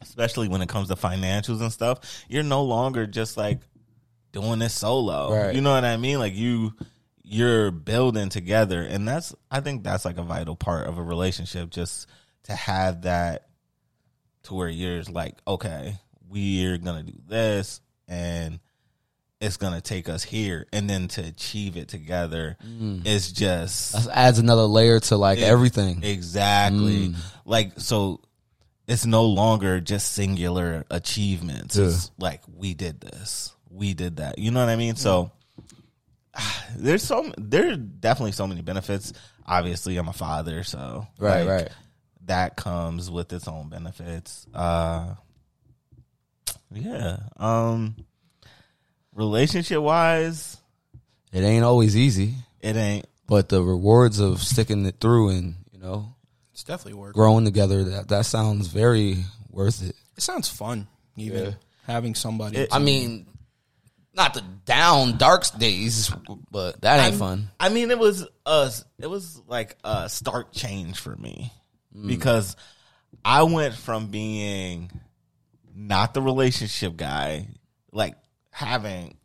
S1: especially when it comes to financials and stuff, you're no longer just like doing this solo.
S2: Right.
S1: You know what I mean? Like you you're building together and that's I think that's like a vital part of a relationship just to have that to where you're like, okay, we're gonna do this, and it's gonna take us here, and then to achieve it together,
S2: Mm.
S1: it's just
S2: That adds another layer to like everything.
S1: Exactly.
S2: Mm.
S1: Like so it's no longer just singular achievements. It's like we did this. We did that. You know what I mean? So
S2: Mm.
S1: there's so there are definitely so many benefits. Obviously, I'm a father, so
S2: Right,
S1: like,
S2: right.
S1: That comes with its own benefits. Uh yeah. Um relationship wise,
S2: It ain't always easy,
S1: it ain't
S2: but the rewards of sticking it through and you know
S3: It's definitely work.
S2: growing together that that sounds very worth it.
S3: It sounds fun, even
S2: Yeah.
S3: having somebody.
S1: It-
S2: I mean, not the down dark days, but that ain't fun.
S1: I mean, it was a it was like a stark change for me
S2: Mm.
S1: because I went from being not the relationship guy, like having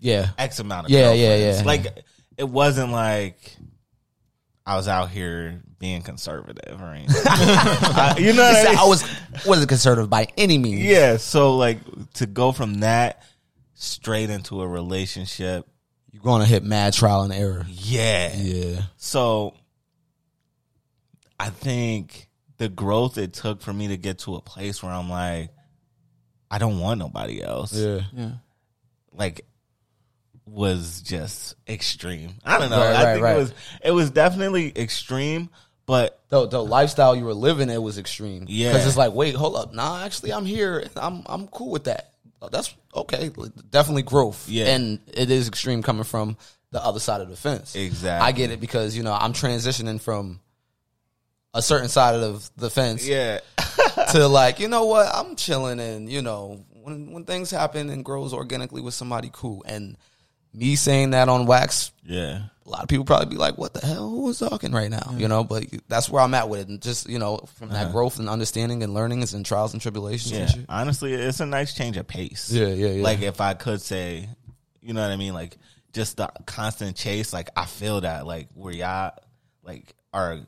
S2: Yeah,
S1: X amount of
S2: Yeah, yeah,
S1: girlfriends.
S2: yeah.
S1: Like it wasn't like I was out here being conservative or anything. I- you know what I mean?
S2: I was wasn't conservative by any means.
S1: yeah. So like to go from that straight into a relationship,
S2: You're going to hit mad trial and error.
S1: yeah.
S2: Yeah,
S1: So I think the growth it took for me to get to a place where I'm like, I don't want nobody else.
S2: yeah.
S3: yeah.
S1: Like was just extreme. I don't know.
S2: Right,
S1: I
S2: right,
S1: think
S2: right.
S1: it was it was definitely extreme, but
S2: The the lifestyle you were living, it was extreme.
S1: Yeah.
S2: because it's like, wait, hold up, nah, actually, I'm here. I'm I'm cool with that. Oh, That's okay. Definitely growth.
S1: Yeah.
S2: and it is extreme coming from the other side of the fence.
S1: Exactly.
S2: I get it because you know I'm transitioning from a certain side of the fence
S1: yeah.
S2: to like, you know what, I'm chilling and you know, when when things happen and grows organically with somebody cool and me saying that on wax,
S1: Yeah.
S2: a lot of people probably be like, "What the hell? Who is talking right now?" You know, but that's where I'm at with it. And just you know, from that growth and understanding and learnings and trials and tribulations
S1: Yeah.
S2: and shit.
S1: Honestly, it's a nice change of pace.
S2: Yeah, yeah, yeah.
S1: Like if I could say, you know what I mean? Like just the constant chase, like I feel that like where y'all like are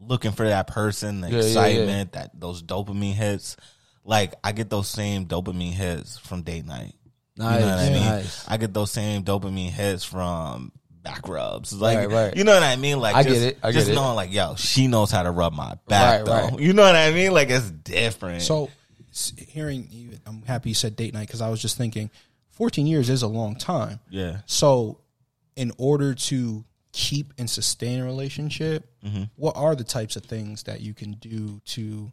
S1: looking for that person, the
S2: yeah, yeah.
S1: excitement, that those dopamine hits. Like I get those same dopamine hits from date night.
S2: Nice,
S1: you know what I mean?
S2: nice.
S1: I get those same dopamine hits from back rubs. Like
S2: Right, right.
S1: you know what I mean? Like
S2: I
S1: just,
S2: get it, I get
S1: just
S2: it.
S1: knowing like, yo, she knows how to rub my back
S2: Right,
S1: though.
S2: right.
S1: You know what I mean? Like it's different.
S3: So, s- hearing you, I'm happy you said date night because I was just thinking, 14 years is a long time.
S1: yeah.
S3: So, in order to keep and sustain a relationship, what are the types of things that you can do to, you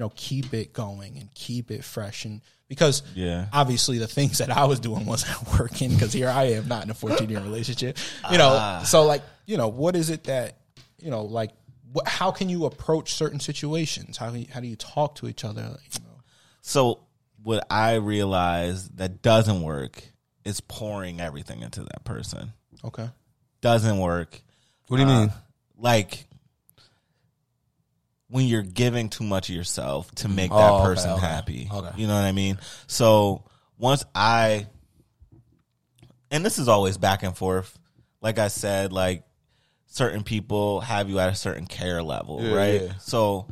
S3: know, keep it going and keep it fresh? And because
S1: Yeah.
S3: obviously the things that I was doing wasn't working because here I am not in a 14 year relationship, you know. So like, you know, what is it that, you know, like, what, how can you approach certain situations? How, how do you talk to each other? Like, you know?
S1: So what I realized that doesn't work is pouring everything into that person.
S3: Okay.
S1: Doesn't work.
S2: What do you mean?
S1: Like when you're giving too much of yourself to make that
S2: Oh, okay,
S1: person
S2: okay,
S1: happy.
S2: okay.
S1: You know what I mean? So once I and this is always back and forth. Like I said, like certain people have you at a certain care level,
S2: Yeah,
S1: right?
S2: yeah.
S1: So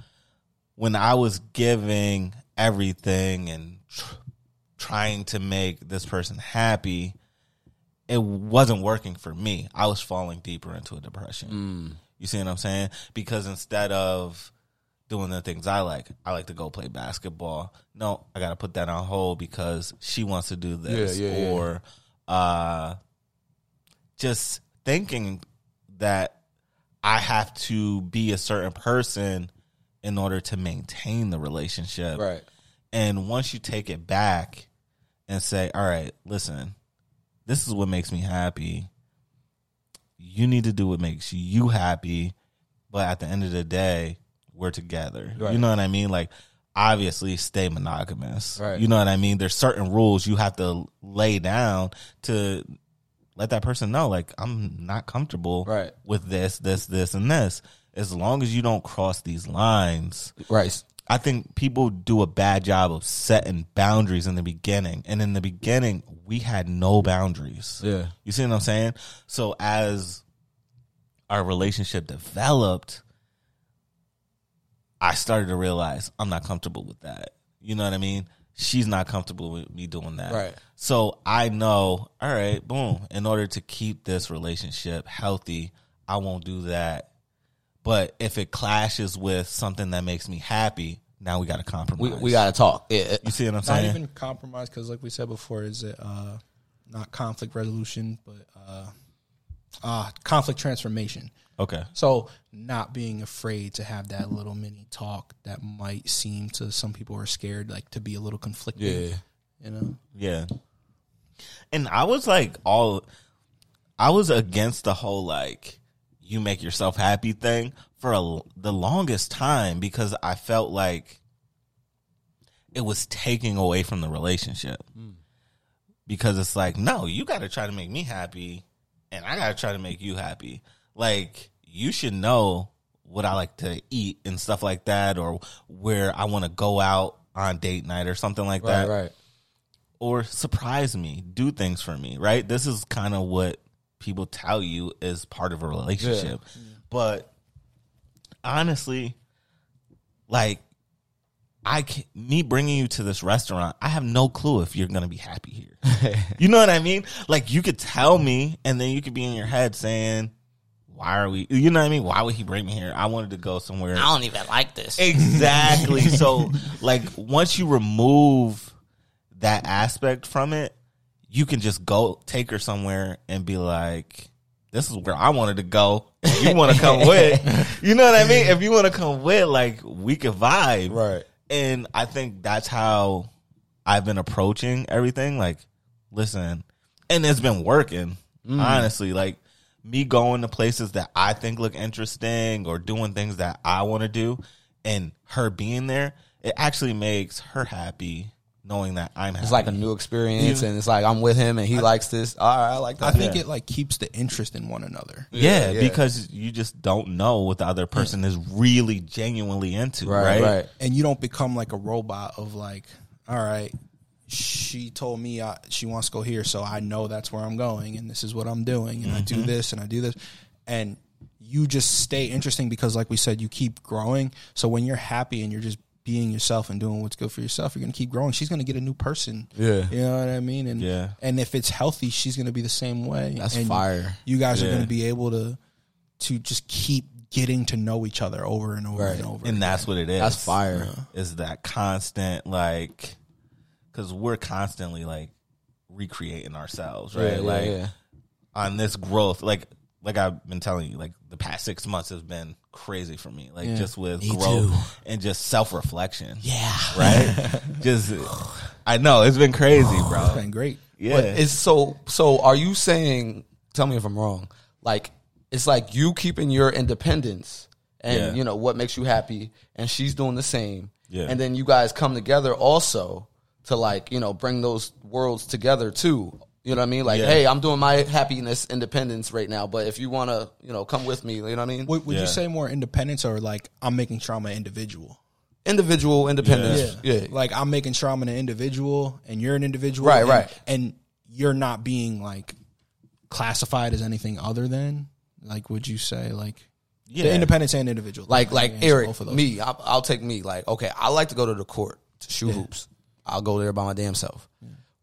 S1: when I was giving everything and tr- trying to make this person happy, it wasn't working for me. I was falling deeper into a
S2: Mm.
S1: depression. You see what I'm saying? Because instead of doing the things I like, I like to go play basketball. No, I got to put that on hold because she wants to do this
S2: Yeah, yeah, yeah.
S1: or uh just thinking that I have to be a certain person in order to maintain the relationship.
S2: Right.
S1: And once you take it back and say, all right, listen, this is what makes me happy. You need to do what makes you happy. But at the end of the day, we're together. You
S2: Right.
S1: know what I mean? Like, obviously, stay monogamous.
S2: Right.
S1: You know what I mean? There's certain rules you have to lay down to let that person know, like, I'm not comfortable
S2: Right.
S1: with this, this, this, and this. As long as you don't cross these lines,
S2: Right.
S1: I think people do a bad job of setting boundaries in the beginning. And in the beginning, we had no boundaries.
S2: Yeah.
S1: You see what I'm saying? So as our relationship developed, I started to realize I'm not comfortable with that. You know what I mean? she's not comfortable with me doing that.
S2: Right.
S1: So I know, all right, boom. In order to keep this relationship healthy, I won't do that. But if it clashes with something that makes me happy, now we got to
S2: We,
S1: compromise.
S2: we gotta talk. Yeah.
S1: You see what I'm
S3: not
S1: saying?
S3: even compromise because like we said before is it uh not conflict resolution but uh uh conflict transformation
S1: okay.
S3: so not being afraid to have that little mini talk that might seem to some people are scared like to be a little conflicted
S2: Yeah.
S3: you know
S1: Yeah. And I was like all I was against the whole like you make yourself happy thing for a, the longest time because I felt like it was taking away from the relationship. Because it's like, no, you got to try to make me happy and I got to try to make you happy. Like you should know what I like to eat and stuff like that or where I want to go out on date night or something like that
S2: Right. Right.
S1: or surprise me, do things for me, right? This is kind of what people tell you is part of a relationship. But honestly, like I can, me bringing you to this restaurant, I have no clue if you're going to be happy here. you know what I mean? Like you could tell me and then you could be in your head saying, "Why are we You know what I mean? Why would he bring me here? I wanted to go somewhere."
S2: I don't even like this.
S1: Exactly. so, like, once you remove that aspect from it, you can just go take her somewhere and be like, this is where I wanted to go. If You want to come with? You know what I mean? If you want to come with, like, we could vibe.
S2: Right.
S1: And I think that's how I've been approaching everything. Like, listen, and it's been working,
S2: Mm.
S1: honestly. Like, me going to places that I think look interesting or doing things that I want to do and her being there, it actually makes her happy knowing that I'm happy.
S2: It's like a new experience, and it's like I'm with him, and he likes this. All right, I like
S3: i
S2: that.
S3: think it like keeps the interest in one another
S1: yeah,
S2: yeah.
S1: because you just don't know what the other person is really genuinely into,
S2: Right.
S1: right?
S2: Right.
S3: and you don't become like a robot of like, all right, she told me I, she wants to go here, so I know that's where I'm going, and this is what I'm doing, and I
S2: Mm-hmm.
S3: do this and I do this, and you just stay interesting because, like we said, you keep growing. So when you're happy and you're just being yourself and doing what's good for yourself, you're gonna keep growing. She's gonna get a new person.
S2: Yeah.
S3: you know what I mean. And
S1: Yeah.
S3: and if it's healthy, she's gonna be the same way.
S2: That's
S3: And
S2: fire.
S3: You guys are
S1: Yeah.
S3: gonna be able to to just keep getting to know each other over and over
S2: Right.
S3: and over.
S1: And that's what it is.
S2: That's fire.
S1: is that constant like because we're constantly like recreating ourselves right
S2: Yeah,
S1: like
S2: yeah, yeah.
S1: on this growth like like i've been telling you like the past six months has been crazy for me like just with growth and just self-reflection yeah right just i know it's been crazy
S3: It's
S1: bro
S3: been great.
S1: yeah
S2: But it's so so are you saying tell me if I'm wrong, like it's like you keeping your independence and
S1: Yeah.
S2: you know what makes you happy and she's doing the same.
S1: Yeah.
S2: And then you guys come together also to like, you know, bring those worlds together too. You know what I mean? Like,
S1: Yeah.
S2: hey, I'm doing my happiness independence right now, but if you wanna, you know, come with me, you know what I mean?
S3: Would, would
S1: Yeah.
S3: you say more independence or like I'm making sure I'm an individual?
S2: Individual independence. Yeah.
S3: Like I'm making sure I'm an individual and you're an individual.
S2: Right,
S3: and-
S2: right.
S3: And you're not being like classified as anything other than like would you say like
S1: yeah
S3: the independence and individual.
S2: Like
S3: I
S2: like
S3: think it's
S2: Eric,
S3: both of those.
S2: me, I'll, I'll take me. Like okay, I like to go to the court to shoot hoops. I'll go there by my damn self.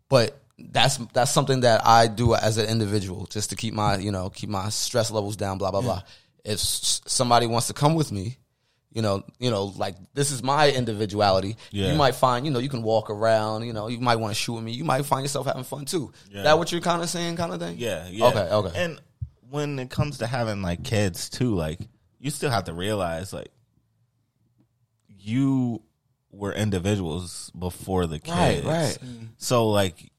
S2: But that's that's something that I do as an individual, just to keep my you know keep my stress levels down. Blah blah blah. If s- somebody wants to come with me, you know you know like this is my individuality.
S1: Yeah.
S2: You might find you know you can walk around. You know you might want to shoot with me. You might find yourself having fun too. That what you're kind of saying, kind of thing.
S1: Yeah, yeah.
S2: Okay, okay.
S1: And when it comes to having like kids too, like you still have to realize like you were individuals before the
S2: Right,
S1: kids.
S2: right.
S1: So like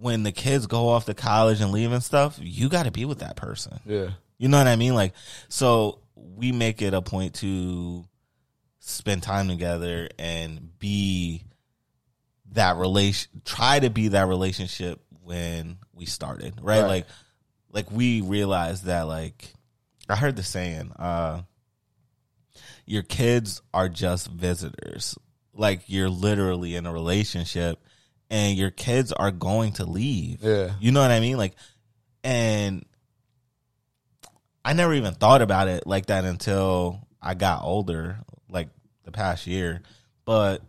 S1: when the kids go off to college and leave and stuff, you got to be with that person.
S2: yeah.
S1: You know what I mean? Like, so we make it a point to spend time together and be that relation, try to be that relationship when we started, right?
S2: Right.
S1: Like, like we realized that, like, I heard the saying, uh, your kids are just visitors. Like, you're literally in a relationship and your kids are going to leave.
S2: Yeah.
S1: You know what I mean? Like, and I never even thought about it like that until I got older, like the past year. But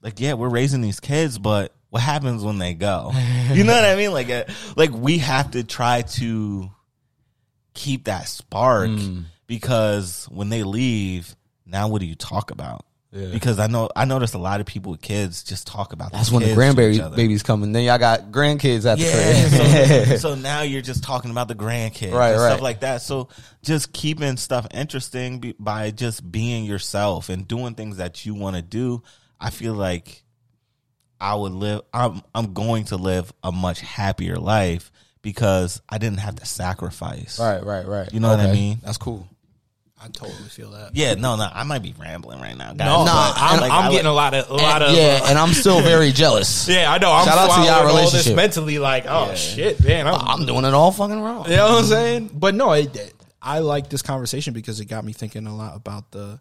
S1: like yeah, we're raising these kids, but what happens when they go? You know what I mean? Like uh, like we have to try to keep that spark
S2: Hmm.
S1: because when they leave, now what do you talk about?
S2: Yeah.
S1: Because I know I noticed a lot of people with kids just talk about
S2: That's
S1: their
S2: when the
S1: kids to each
S2: grandberry
S1: other.
S2: babies coming. Then y'all got grandkids at the
S1: Yeah. So,
S2: crib.
S1: so now you're just talking about the grandkids,
S2: Right,
S1: and
S2: right.
S1: Stuff like that. So just keeping stuff interesting be, by just being yourself and doing things that you want to do. I feel like I would live. I'm I'm going to live a much happier life because I didn't have to sacrifice.
S2: right, right, right.
S1: You know what I
S2: Okay.
S1: mean?
S2: That's cool.
S3: I totally feel that.
S1: Yeah. No. No. I might be rambling right now. Guys,
S4: No,
S1: but
S4: I'm,
S1: like,
S4: I'm
S1: I
S4: getting
S1: like-
S4: a lot of a lot of uh,
S2: yeah, and I'm still very jealous.
S4: yeah. I know. I'm
S2: Shout out to y'all
S4: swallowing all this
S2: relationship.
S4: mentally. Like, oh shit, man, I'm,
S2: I'm doing it all fucking wrong.
S4: you know what I'm saying?
S3: But no, it, it- I like this conversation because it got me thinking a lot about the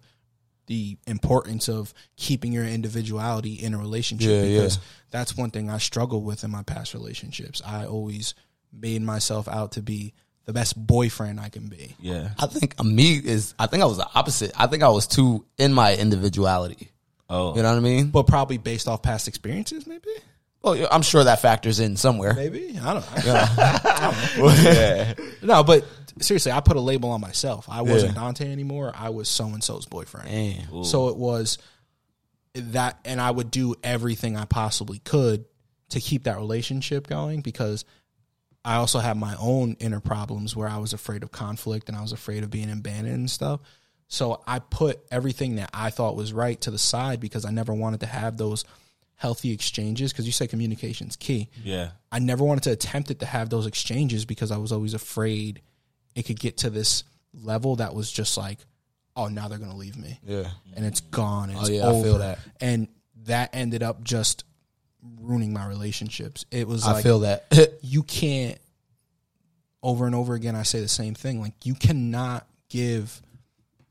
S3: the importance of keeping your individuality in a relationship
S2: Yeah, yeah.
S3: because that's one thing I struggled with in my past relationships. I always made myself out to be the best boyfriend I can be.
S1: Yeah.
S2: I think uh, me is. I think I was the opposite. I think I was too in my individuality.
S1: Oh.
S2: You know what I mean?
S3: But probably based off past experiences, maybe?
S2: Well, yeah, I'm sure that factors in somewhere.
S3: Maybe. I don't, I I don't know. No, but seriously, I put a label on myself. I wasn't Dante anymore. I was so and so's boyfriend.
S2: Damn.
S3: So it was that, and I would do everything I possibly could to keep that relationship going because I also had my own inner problems where I was afraid of conflict and I was afraid of being abandoned and stuff. So I put everything that I thought was right to the side because I never wanted to have those healthy exchanges because you say communication's key.
S1: Yeah.
S3: I never wanted to attempt it to have those exchanges because I was always afraid it could get to this level that was just like, oh, now they're gonna leave me. Yeah, and it's gone. And it's
S2: Oh, yeah, I
S3: over.
S2: feel that.
S3: And that ended up just ruining my relationships. It was
S2: I
S3: like
S2: feel that.
S3: you can't over and over again i say the same thing like you cannot give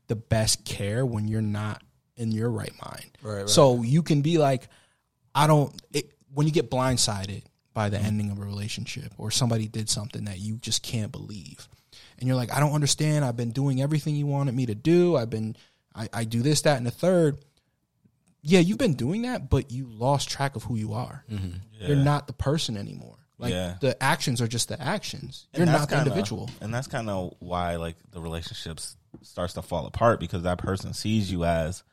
S3: the best care when you're not in your right mind right, so you can be like i don't it, when you get blindsided by the ending of a relationship or somebody did something that you just can't believe and you're like i don't understand i've been doing everything you wanted me to do i've been i, I do this that and the third yeah you've been doing that but you lost track of who you are you're not the person anymore like
S1: Yeah.
S3: the actions are just the actions
S1: And
S3: you're
S1: that's
S3: not the
S1: kinda-
S3: individual
S1: And that's kind of why like the relationships starts to fall apart because that person sees you as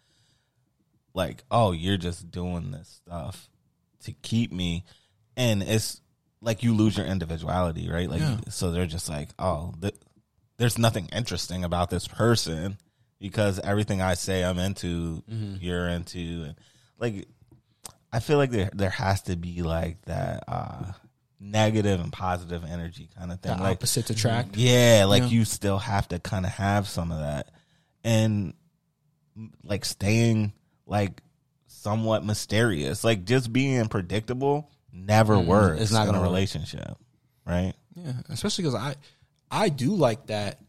S1: like, oh, you're just doing this stuff to keep me, and it's like you lose your individuality, right? Like,
S3: Yeah.
S1: so they're just like, oh, th- there's nothing interesting about this person because everything I say I'm into,
S3: Mm-hmm.
S1: you're into, and like I feel like there there has to be like that uh negative and positive energy kind of thing.
S3: the mm-hmm.
S1: like
S3: opposites attract
S1: yeah, like
S3: Yeah.
S1: you still have to kind of have some of that. And like staying like somewhat mysterious, like just being predictable never works
S2: it's not
S1: in
S2: gonna
S1: a
S2: work.
S1: relationship, right?
S3: yeah especially because i i do like that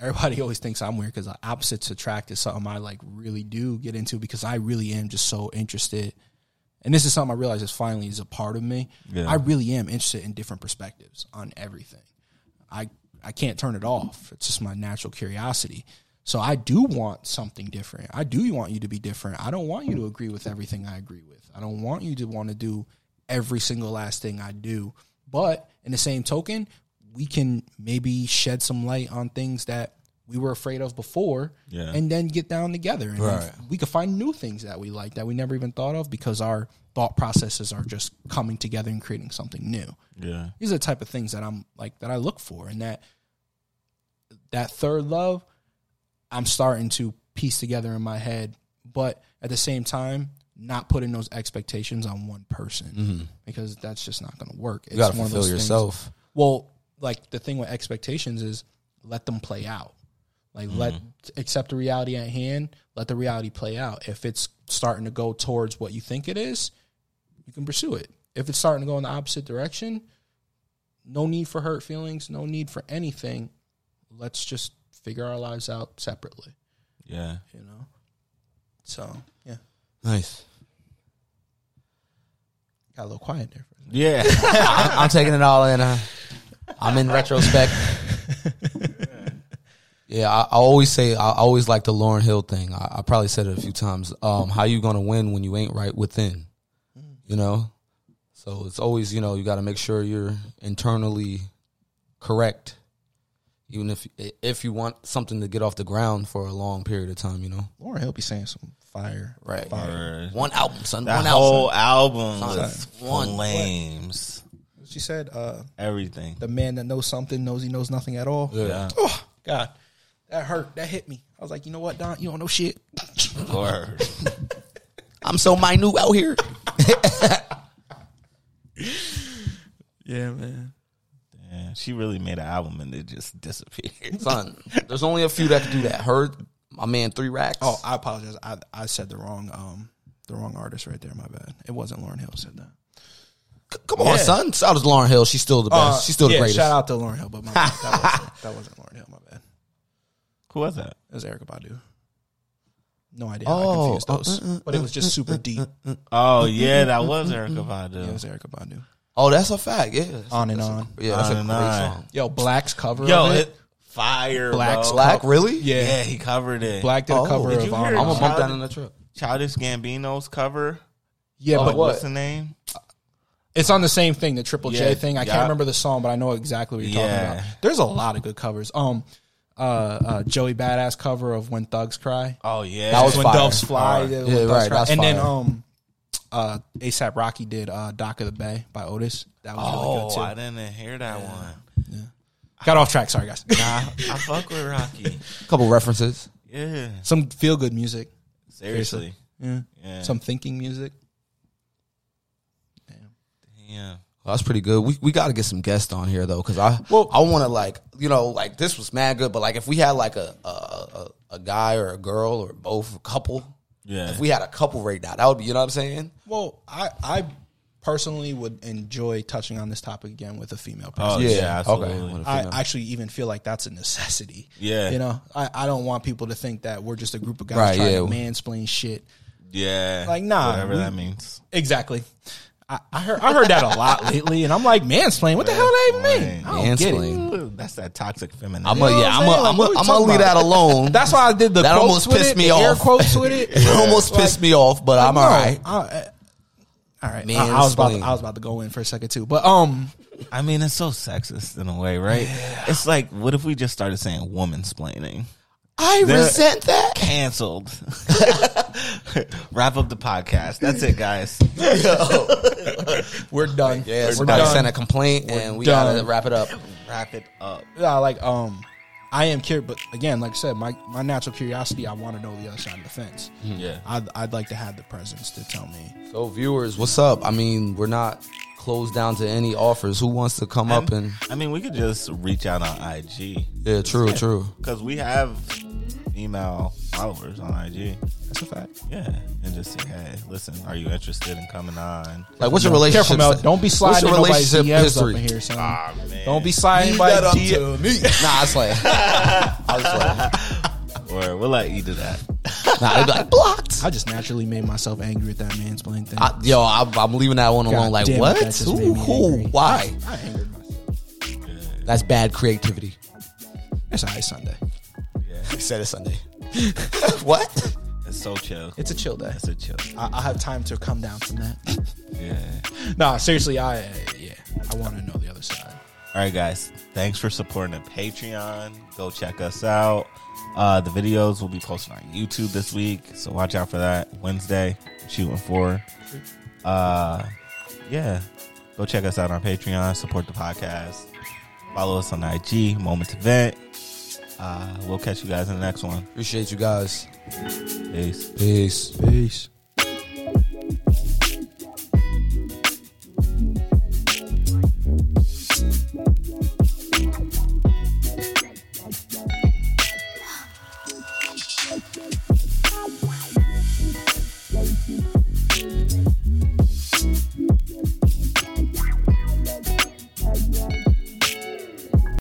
S3: everybody always thinks i'm weird because opposites attract is something i like really do get into because i really am just so interested and this is something i realize is finally is a part of me
S1: Yeah.
S3: i really am interested in different perspectives on everything I I can't turn it off. It's just my natural curiosity. So I do want something different. I do want you to be different. I don't want you to agree with everything I agree with. I don't want you to want to do every single last thing I do. But in the same token, we can maybe shed some light on things that we were afraid of before
S1: Yeah.
S3: and then get down together and then we could find new things that we like that we never even thought of because our thought processes are just coming together and creating something new
S1: Yeah.
S3: these are the type of things that I'm like that I look for and that that third love I'm starting to piece together in my head but at the same time not putting those expectations on one person because that's just not going to work it's
S2: Mm-hmm. You gotta
S3: one of
S2: fulfill
S3: those things-
S2: yourself.
S3: well like the thing with expectations is let them play out like let
S2: Mm-hmm.
S3: accept the reality at hand let the reality play out if it's starting to go towards what you think it is you can pursue it if it's starting to go in the opposite direction no need for hurt feelings no need for anything let's just figure our lives out separately
S1: Yeah.
S3: you know so yeah
S2: Nice.
S3: got a little quiet there for
S1: Yeah.
S2: I'm, I'm taking it all in. Uh, I'm in retrospect. Yeah, I, I always say I always like the Lauren Hill thing. I, I probably said it a few times. Um, how you gonna win when you ain't right within? You know, so it's always you know you got to make sure you're internally correct, even if if you want something to get off the ground for a long period of time. You know,
S3: Lauren Hill be saying some fire.
S2: Right.
S3: Fire.
S1: Or
S2: one album, son,
S1: that
S2: one
S1: whole
S2: album.
S1: album
S2: Son,
S1: was
S2: one.
S1: flames.
S3: She said, uh,
S1: Everything.
S3: the man that knows something knows he knows nothing at all.
S1: Yeah.
S3: Oh, God. That hurt. That hit me. I was like, you know what, Don? You don't know shit.
S1: Word.
S2: I'm so minute out here.
S4: Yeah, man.
S1: Yeah, she really made an album and it just disappeared.
S2: Son, there's only a few that can do that. Heard my man three racks.
S3: Oh, I apologize. I, I said the wrong um the wrong artist right there. My bad. It wasn't Lauren Hill said that.
S2: c- come on, son. Shout out to Lauren Hill. She's still the best.
S3: Uh,
S2: She's still the
S3: yeah,
S2: greatest.
S3: Shout out to Lauren Hill, but my bad. That, wasn't, that wasn't Lauren Hill. My bad.
S1: Who was that?
S3: It was Erica Badu. No idea.
S2: Oh,
S3: how I confused
S2: uh,
S3: those, but it was just super deep.
S1: Oh yeah, that was Erica
S3: It
S1: Badu.
S3: was Erica Badu.
S2: Oh, that's a fact. Yeah.
S3: On and on.
S2: Yeah, that's
S1: On
S2: a
S1: and
S2: great
S1: on.
S2: song.
S3: Yo, Black's cover.
S1: Yo,
S3: of
S1: it fire.
S3: Black
S1: bro.
S2: Black, really?
S3: yeah.
S1: Yeah, he covered it.
S3: Black did a
S2: Oh,
S3: cover
S2: did
S3: of
S1: you
S3: On.
S1: hear
S3: and
S1: it?
S2: I'm
S3: On.
S2: gonna bump that in the truck.
S1: Childish Gambino's cover.
S3: Yeah,
S2: Oh,
S3: but
S2: what?
S1: What's the name?
S3: It's on the same thing, the Triple J
S1: Yeah,
S3: thing. I
S1: yeah.
S3: can't remember the song, but I know exactly what you're
S1: Yeah.
S3: talking about. There's a lot of good covers. Um, uh, uh Joey Badass cover of When Thugs Cry.
S1: Oh yeah,
S2: That was
S3: when
S2: fire.
S3: Doves Fly.
S1: Fire.
S3: yeah, when
S2: Yeah,
S3: Doves
S2: right,
S3: Cry.
S2: that's
S3: And then
S2: fire.
S3: um, uh, ASAP Rocky did uh, Dock of the Bay by Otis. That was really good
S1: Oh,
S3: too.
S1: I didn't hear that one.
S3: Got off track. Sorry, guys.
S1: I, I fuck with Rocky.
S2: Couple references.
S1: Yeah,
S3: Some feel good music.
S1: seriously.
S3: Yeah.
S1: Yeah,
S3: Some thinking music.
S1: yeah.
S2: Well, that's pretty good. We we got to get some guests on here though, because I
S3: Well-
S2: I want to like you know like this was mad good, but like if we had like a a, a a guy or a girl or both a couple,
S1: Yeah.
S2: if we had a couple right now, that would be you know what I'm saying.
S3: Well, I I personally would enjoy touching on this topic again with a female person.
S1: Oh yeah,
S2: Yeah,
S1: absolutely.
S2: okay.
S3: I actually even feel like that's a necessity.
S1: Yeah.
S3: You know, I, I don't want people to think that we're just a group of guys
S2: Right,
S3: trying
S2: yeah.
S3: to mansplain shit.
S1: Yeah,
S3: Like, nah,
S1: whatever
S3: we-
S1: that means.
S3: Exactly. I, I heard I heard that a lot lately, and I'm like, mansplain. What the hell do they mean? I don't get it.
S2: Mansplain.
S1: Ooh, That's that toxic feminine.
S2: I'm a,
S3: know
S2: yeah,
S3: what I'm saying? Like,
S2: I'm
S3: what
S2: gonna
S3: we
S2: I'm
S3: talking
S2: gonna leave
S3: about?
S2: that alone.
S3: That's why I did the
S2: That
S3: quotes
S2: almost
S3: with
S2: pissed
S3: it,
S2: me
S3: the Air
S2: off.
S3: quotes with it.
S2: it almost pissed me off, but I'm
S3: No,
S2: all right.
S3: I- I- all right. I, I was about to,
S2: Mansplain.
S3: I was about to go in for a second too, but um,
S1: I mean, it's so sexist in a way, right? It's like, what if we just started saying woman splaining?
S2: I
S1: There-
S2: resent that.
S1: Canceled. Wrap up the podcast. That's it, guys.
S3: we're done.
S2: Yeah,
S3: we're
S2: somebody
S3: done.
S2: sent a complaint, and we gotta
S3: done.
S2: wrap it up.
S1: Wrap it up.
S3: Yeah, like um, I am curious, but again, like I said, my my natural curiosity, I want to know the other side of the fence.
S1: Yeah.
S3: I'd, I'd like to have the presence to tell me.
S2: So viewers, what's up? I mean, we're not closed down to any offers. Who wants to come up and
S1: I mean, we could just reach out on IG
S2: yeah, true, true.
S1: because we have female followers on IG.
S3: That's a fact.
S1: Yeah, and just say, hey, listen, are you interested in coming on?
S2: Like, what's your relationship?
S3: Careful, Mel. Don't be
S2: what's
S3: sliding
S2: your
S3: in nobody's
S2: relationship
S3: DMs
S2: history?
S3: up in here, son.
S1: Ah, man.
S3: Don't be sliding
S2: Leave
S3: by
S2: that up
S3: DMs.
S2: to me. Nah, I slay. I
S1: Or we'll let you do that.
S2: slay. Nah, they be like blocked.
S3: I just naturally made myself angry at that mansplain thing.
S2: I, yo, I, I'm leaving that one alone.
S3: God
S2: Like,
S3: damn it,
S2: what?
S3: that just made
S2: Who?
S3: me
S2: who?
S3: angry.
S2: Why?
S3: I angered myself.
S2: That's bad creativity.
S3: It's a high Sunday.
S2: He said it Sunday. what?
S1: It's so chill.
S3: It's a chill day.
S1: It's a chill.
S3: I, I have time to come down from that.
S1: Yeah.
S3: nah, seriously, I uh, yeah, I want to know the other side.
S1: All right, guys. Thanks for supporting the Patreon. Go check us out. Uh, the videos will be posted on YouTube this week, so watch out for that. Wednesday, shooting for. Uh, yeah, go check us out on Patreon. Support the podcast. Follow us on IG. Moments Event. Uh, we'll catch you guys in the next one.
S2: Appreciate you guys.
S1: Peace.
S2: Peace.
S3: Peace.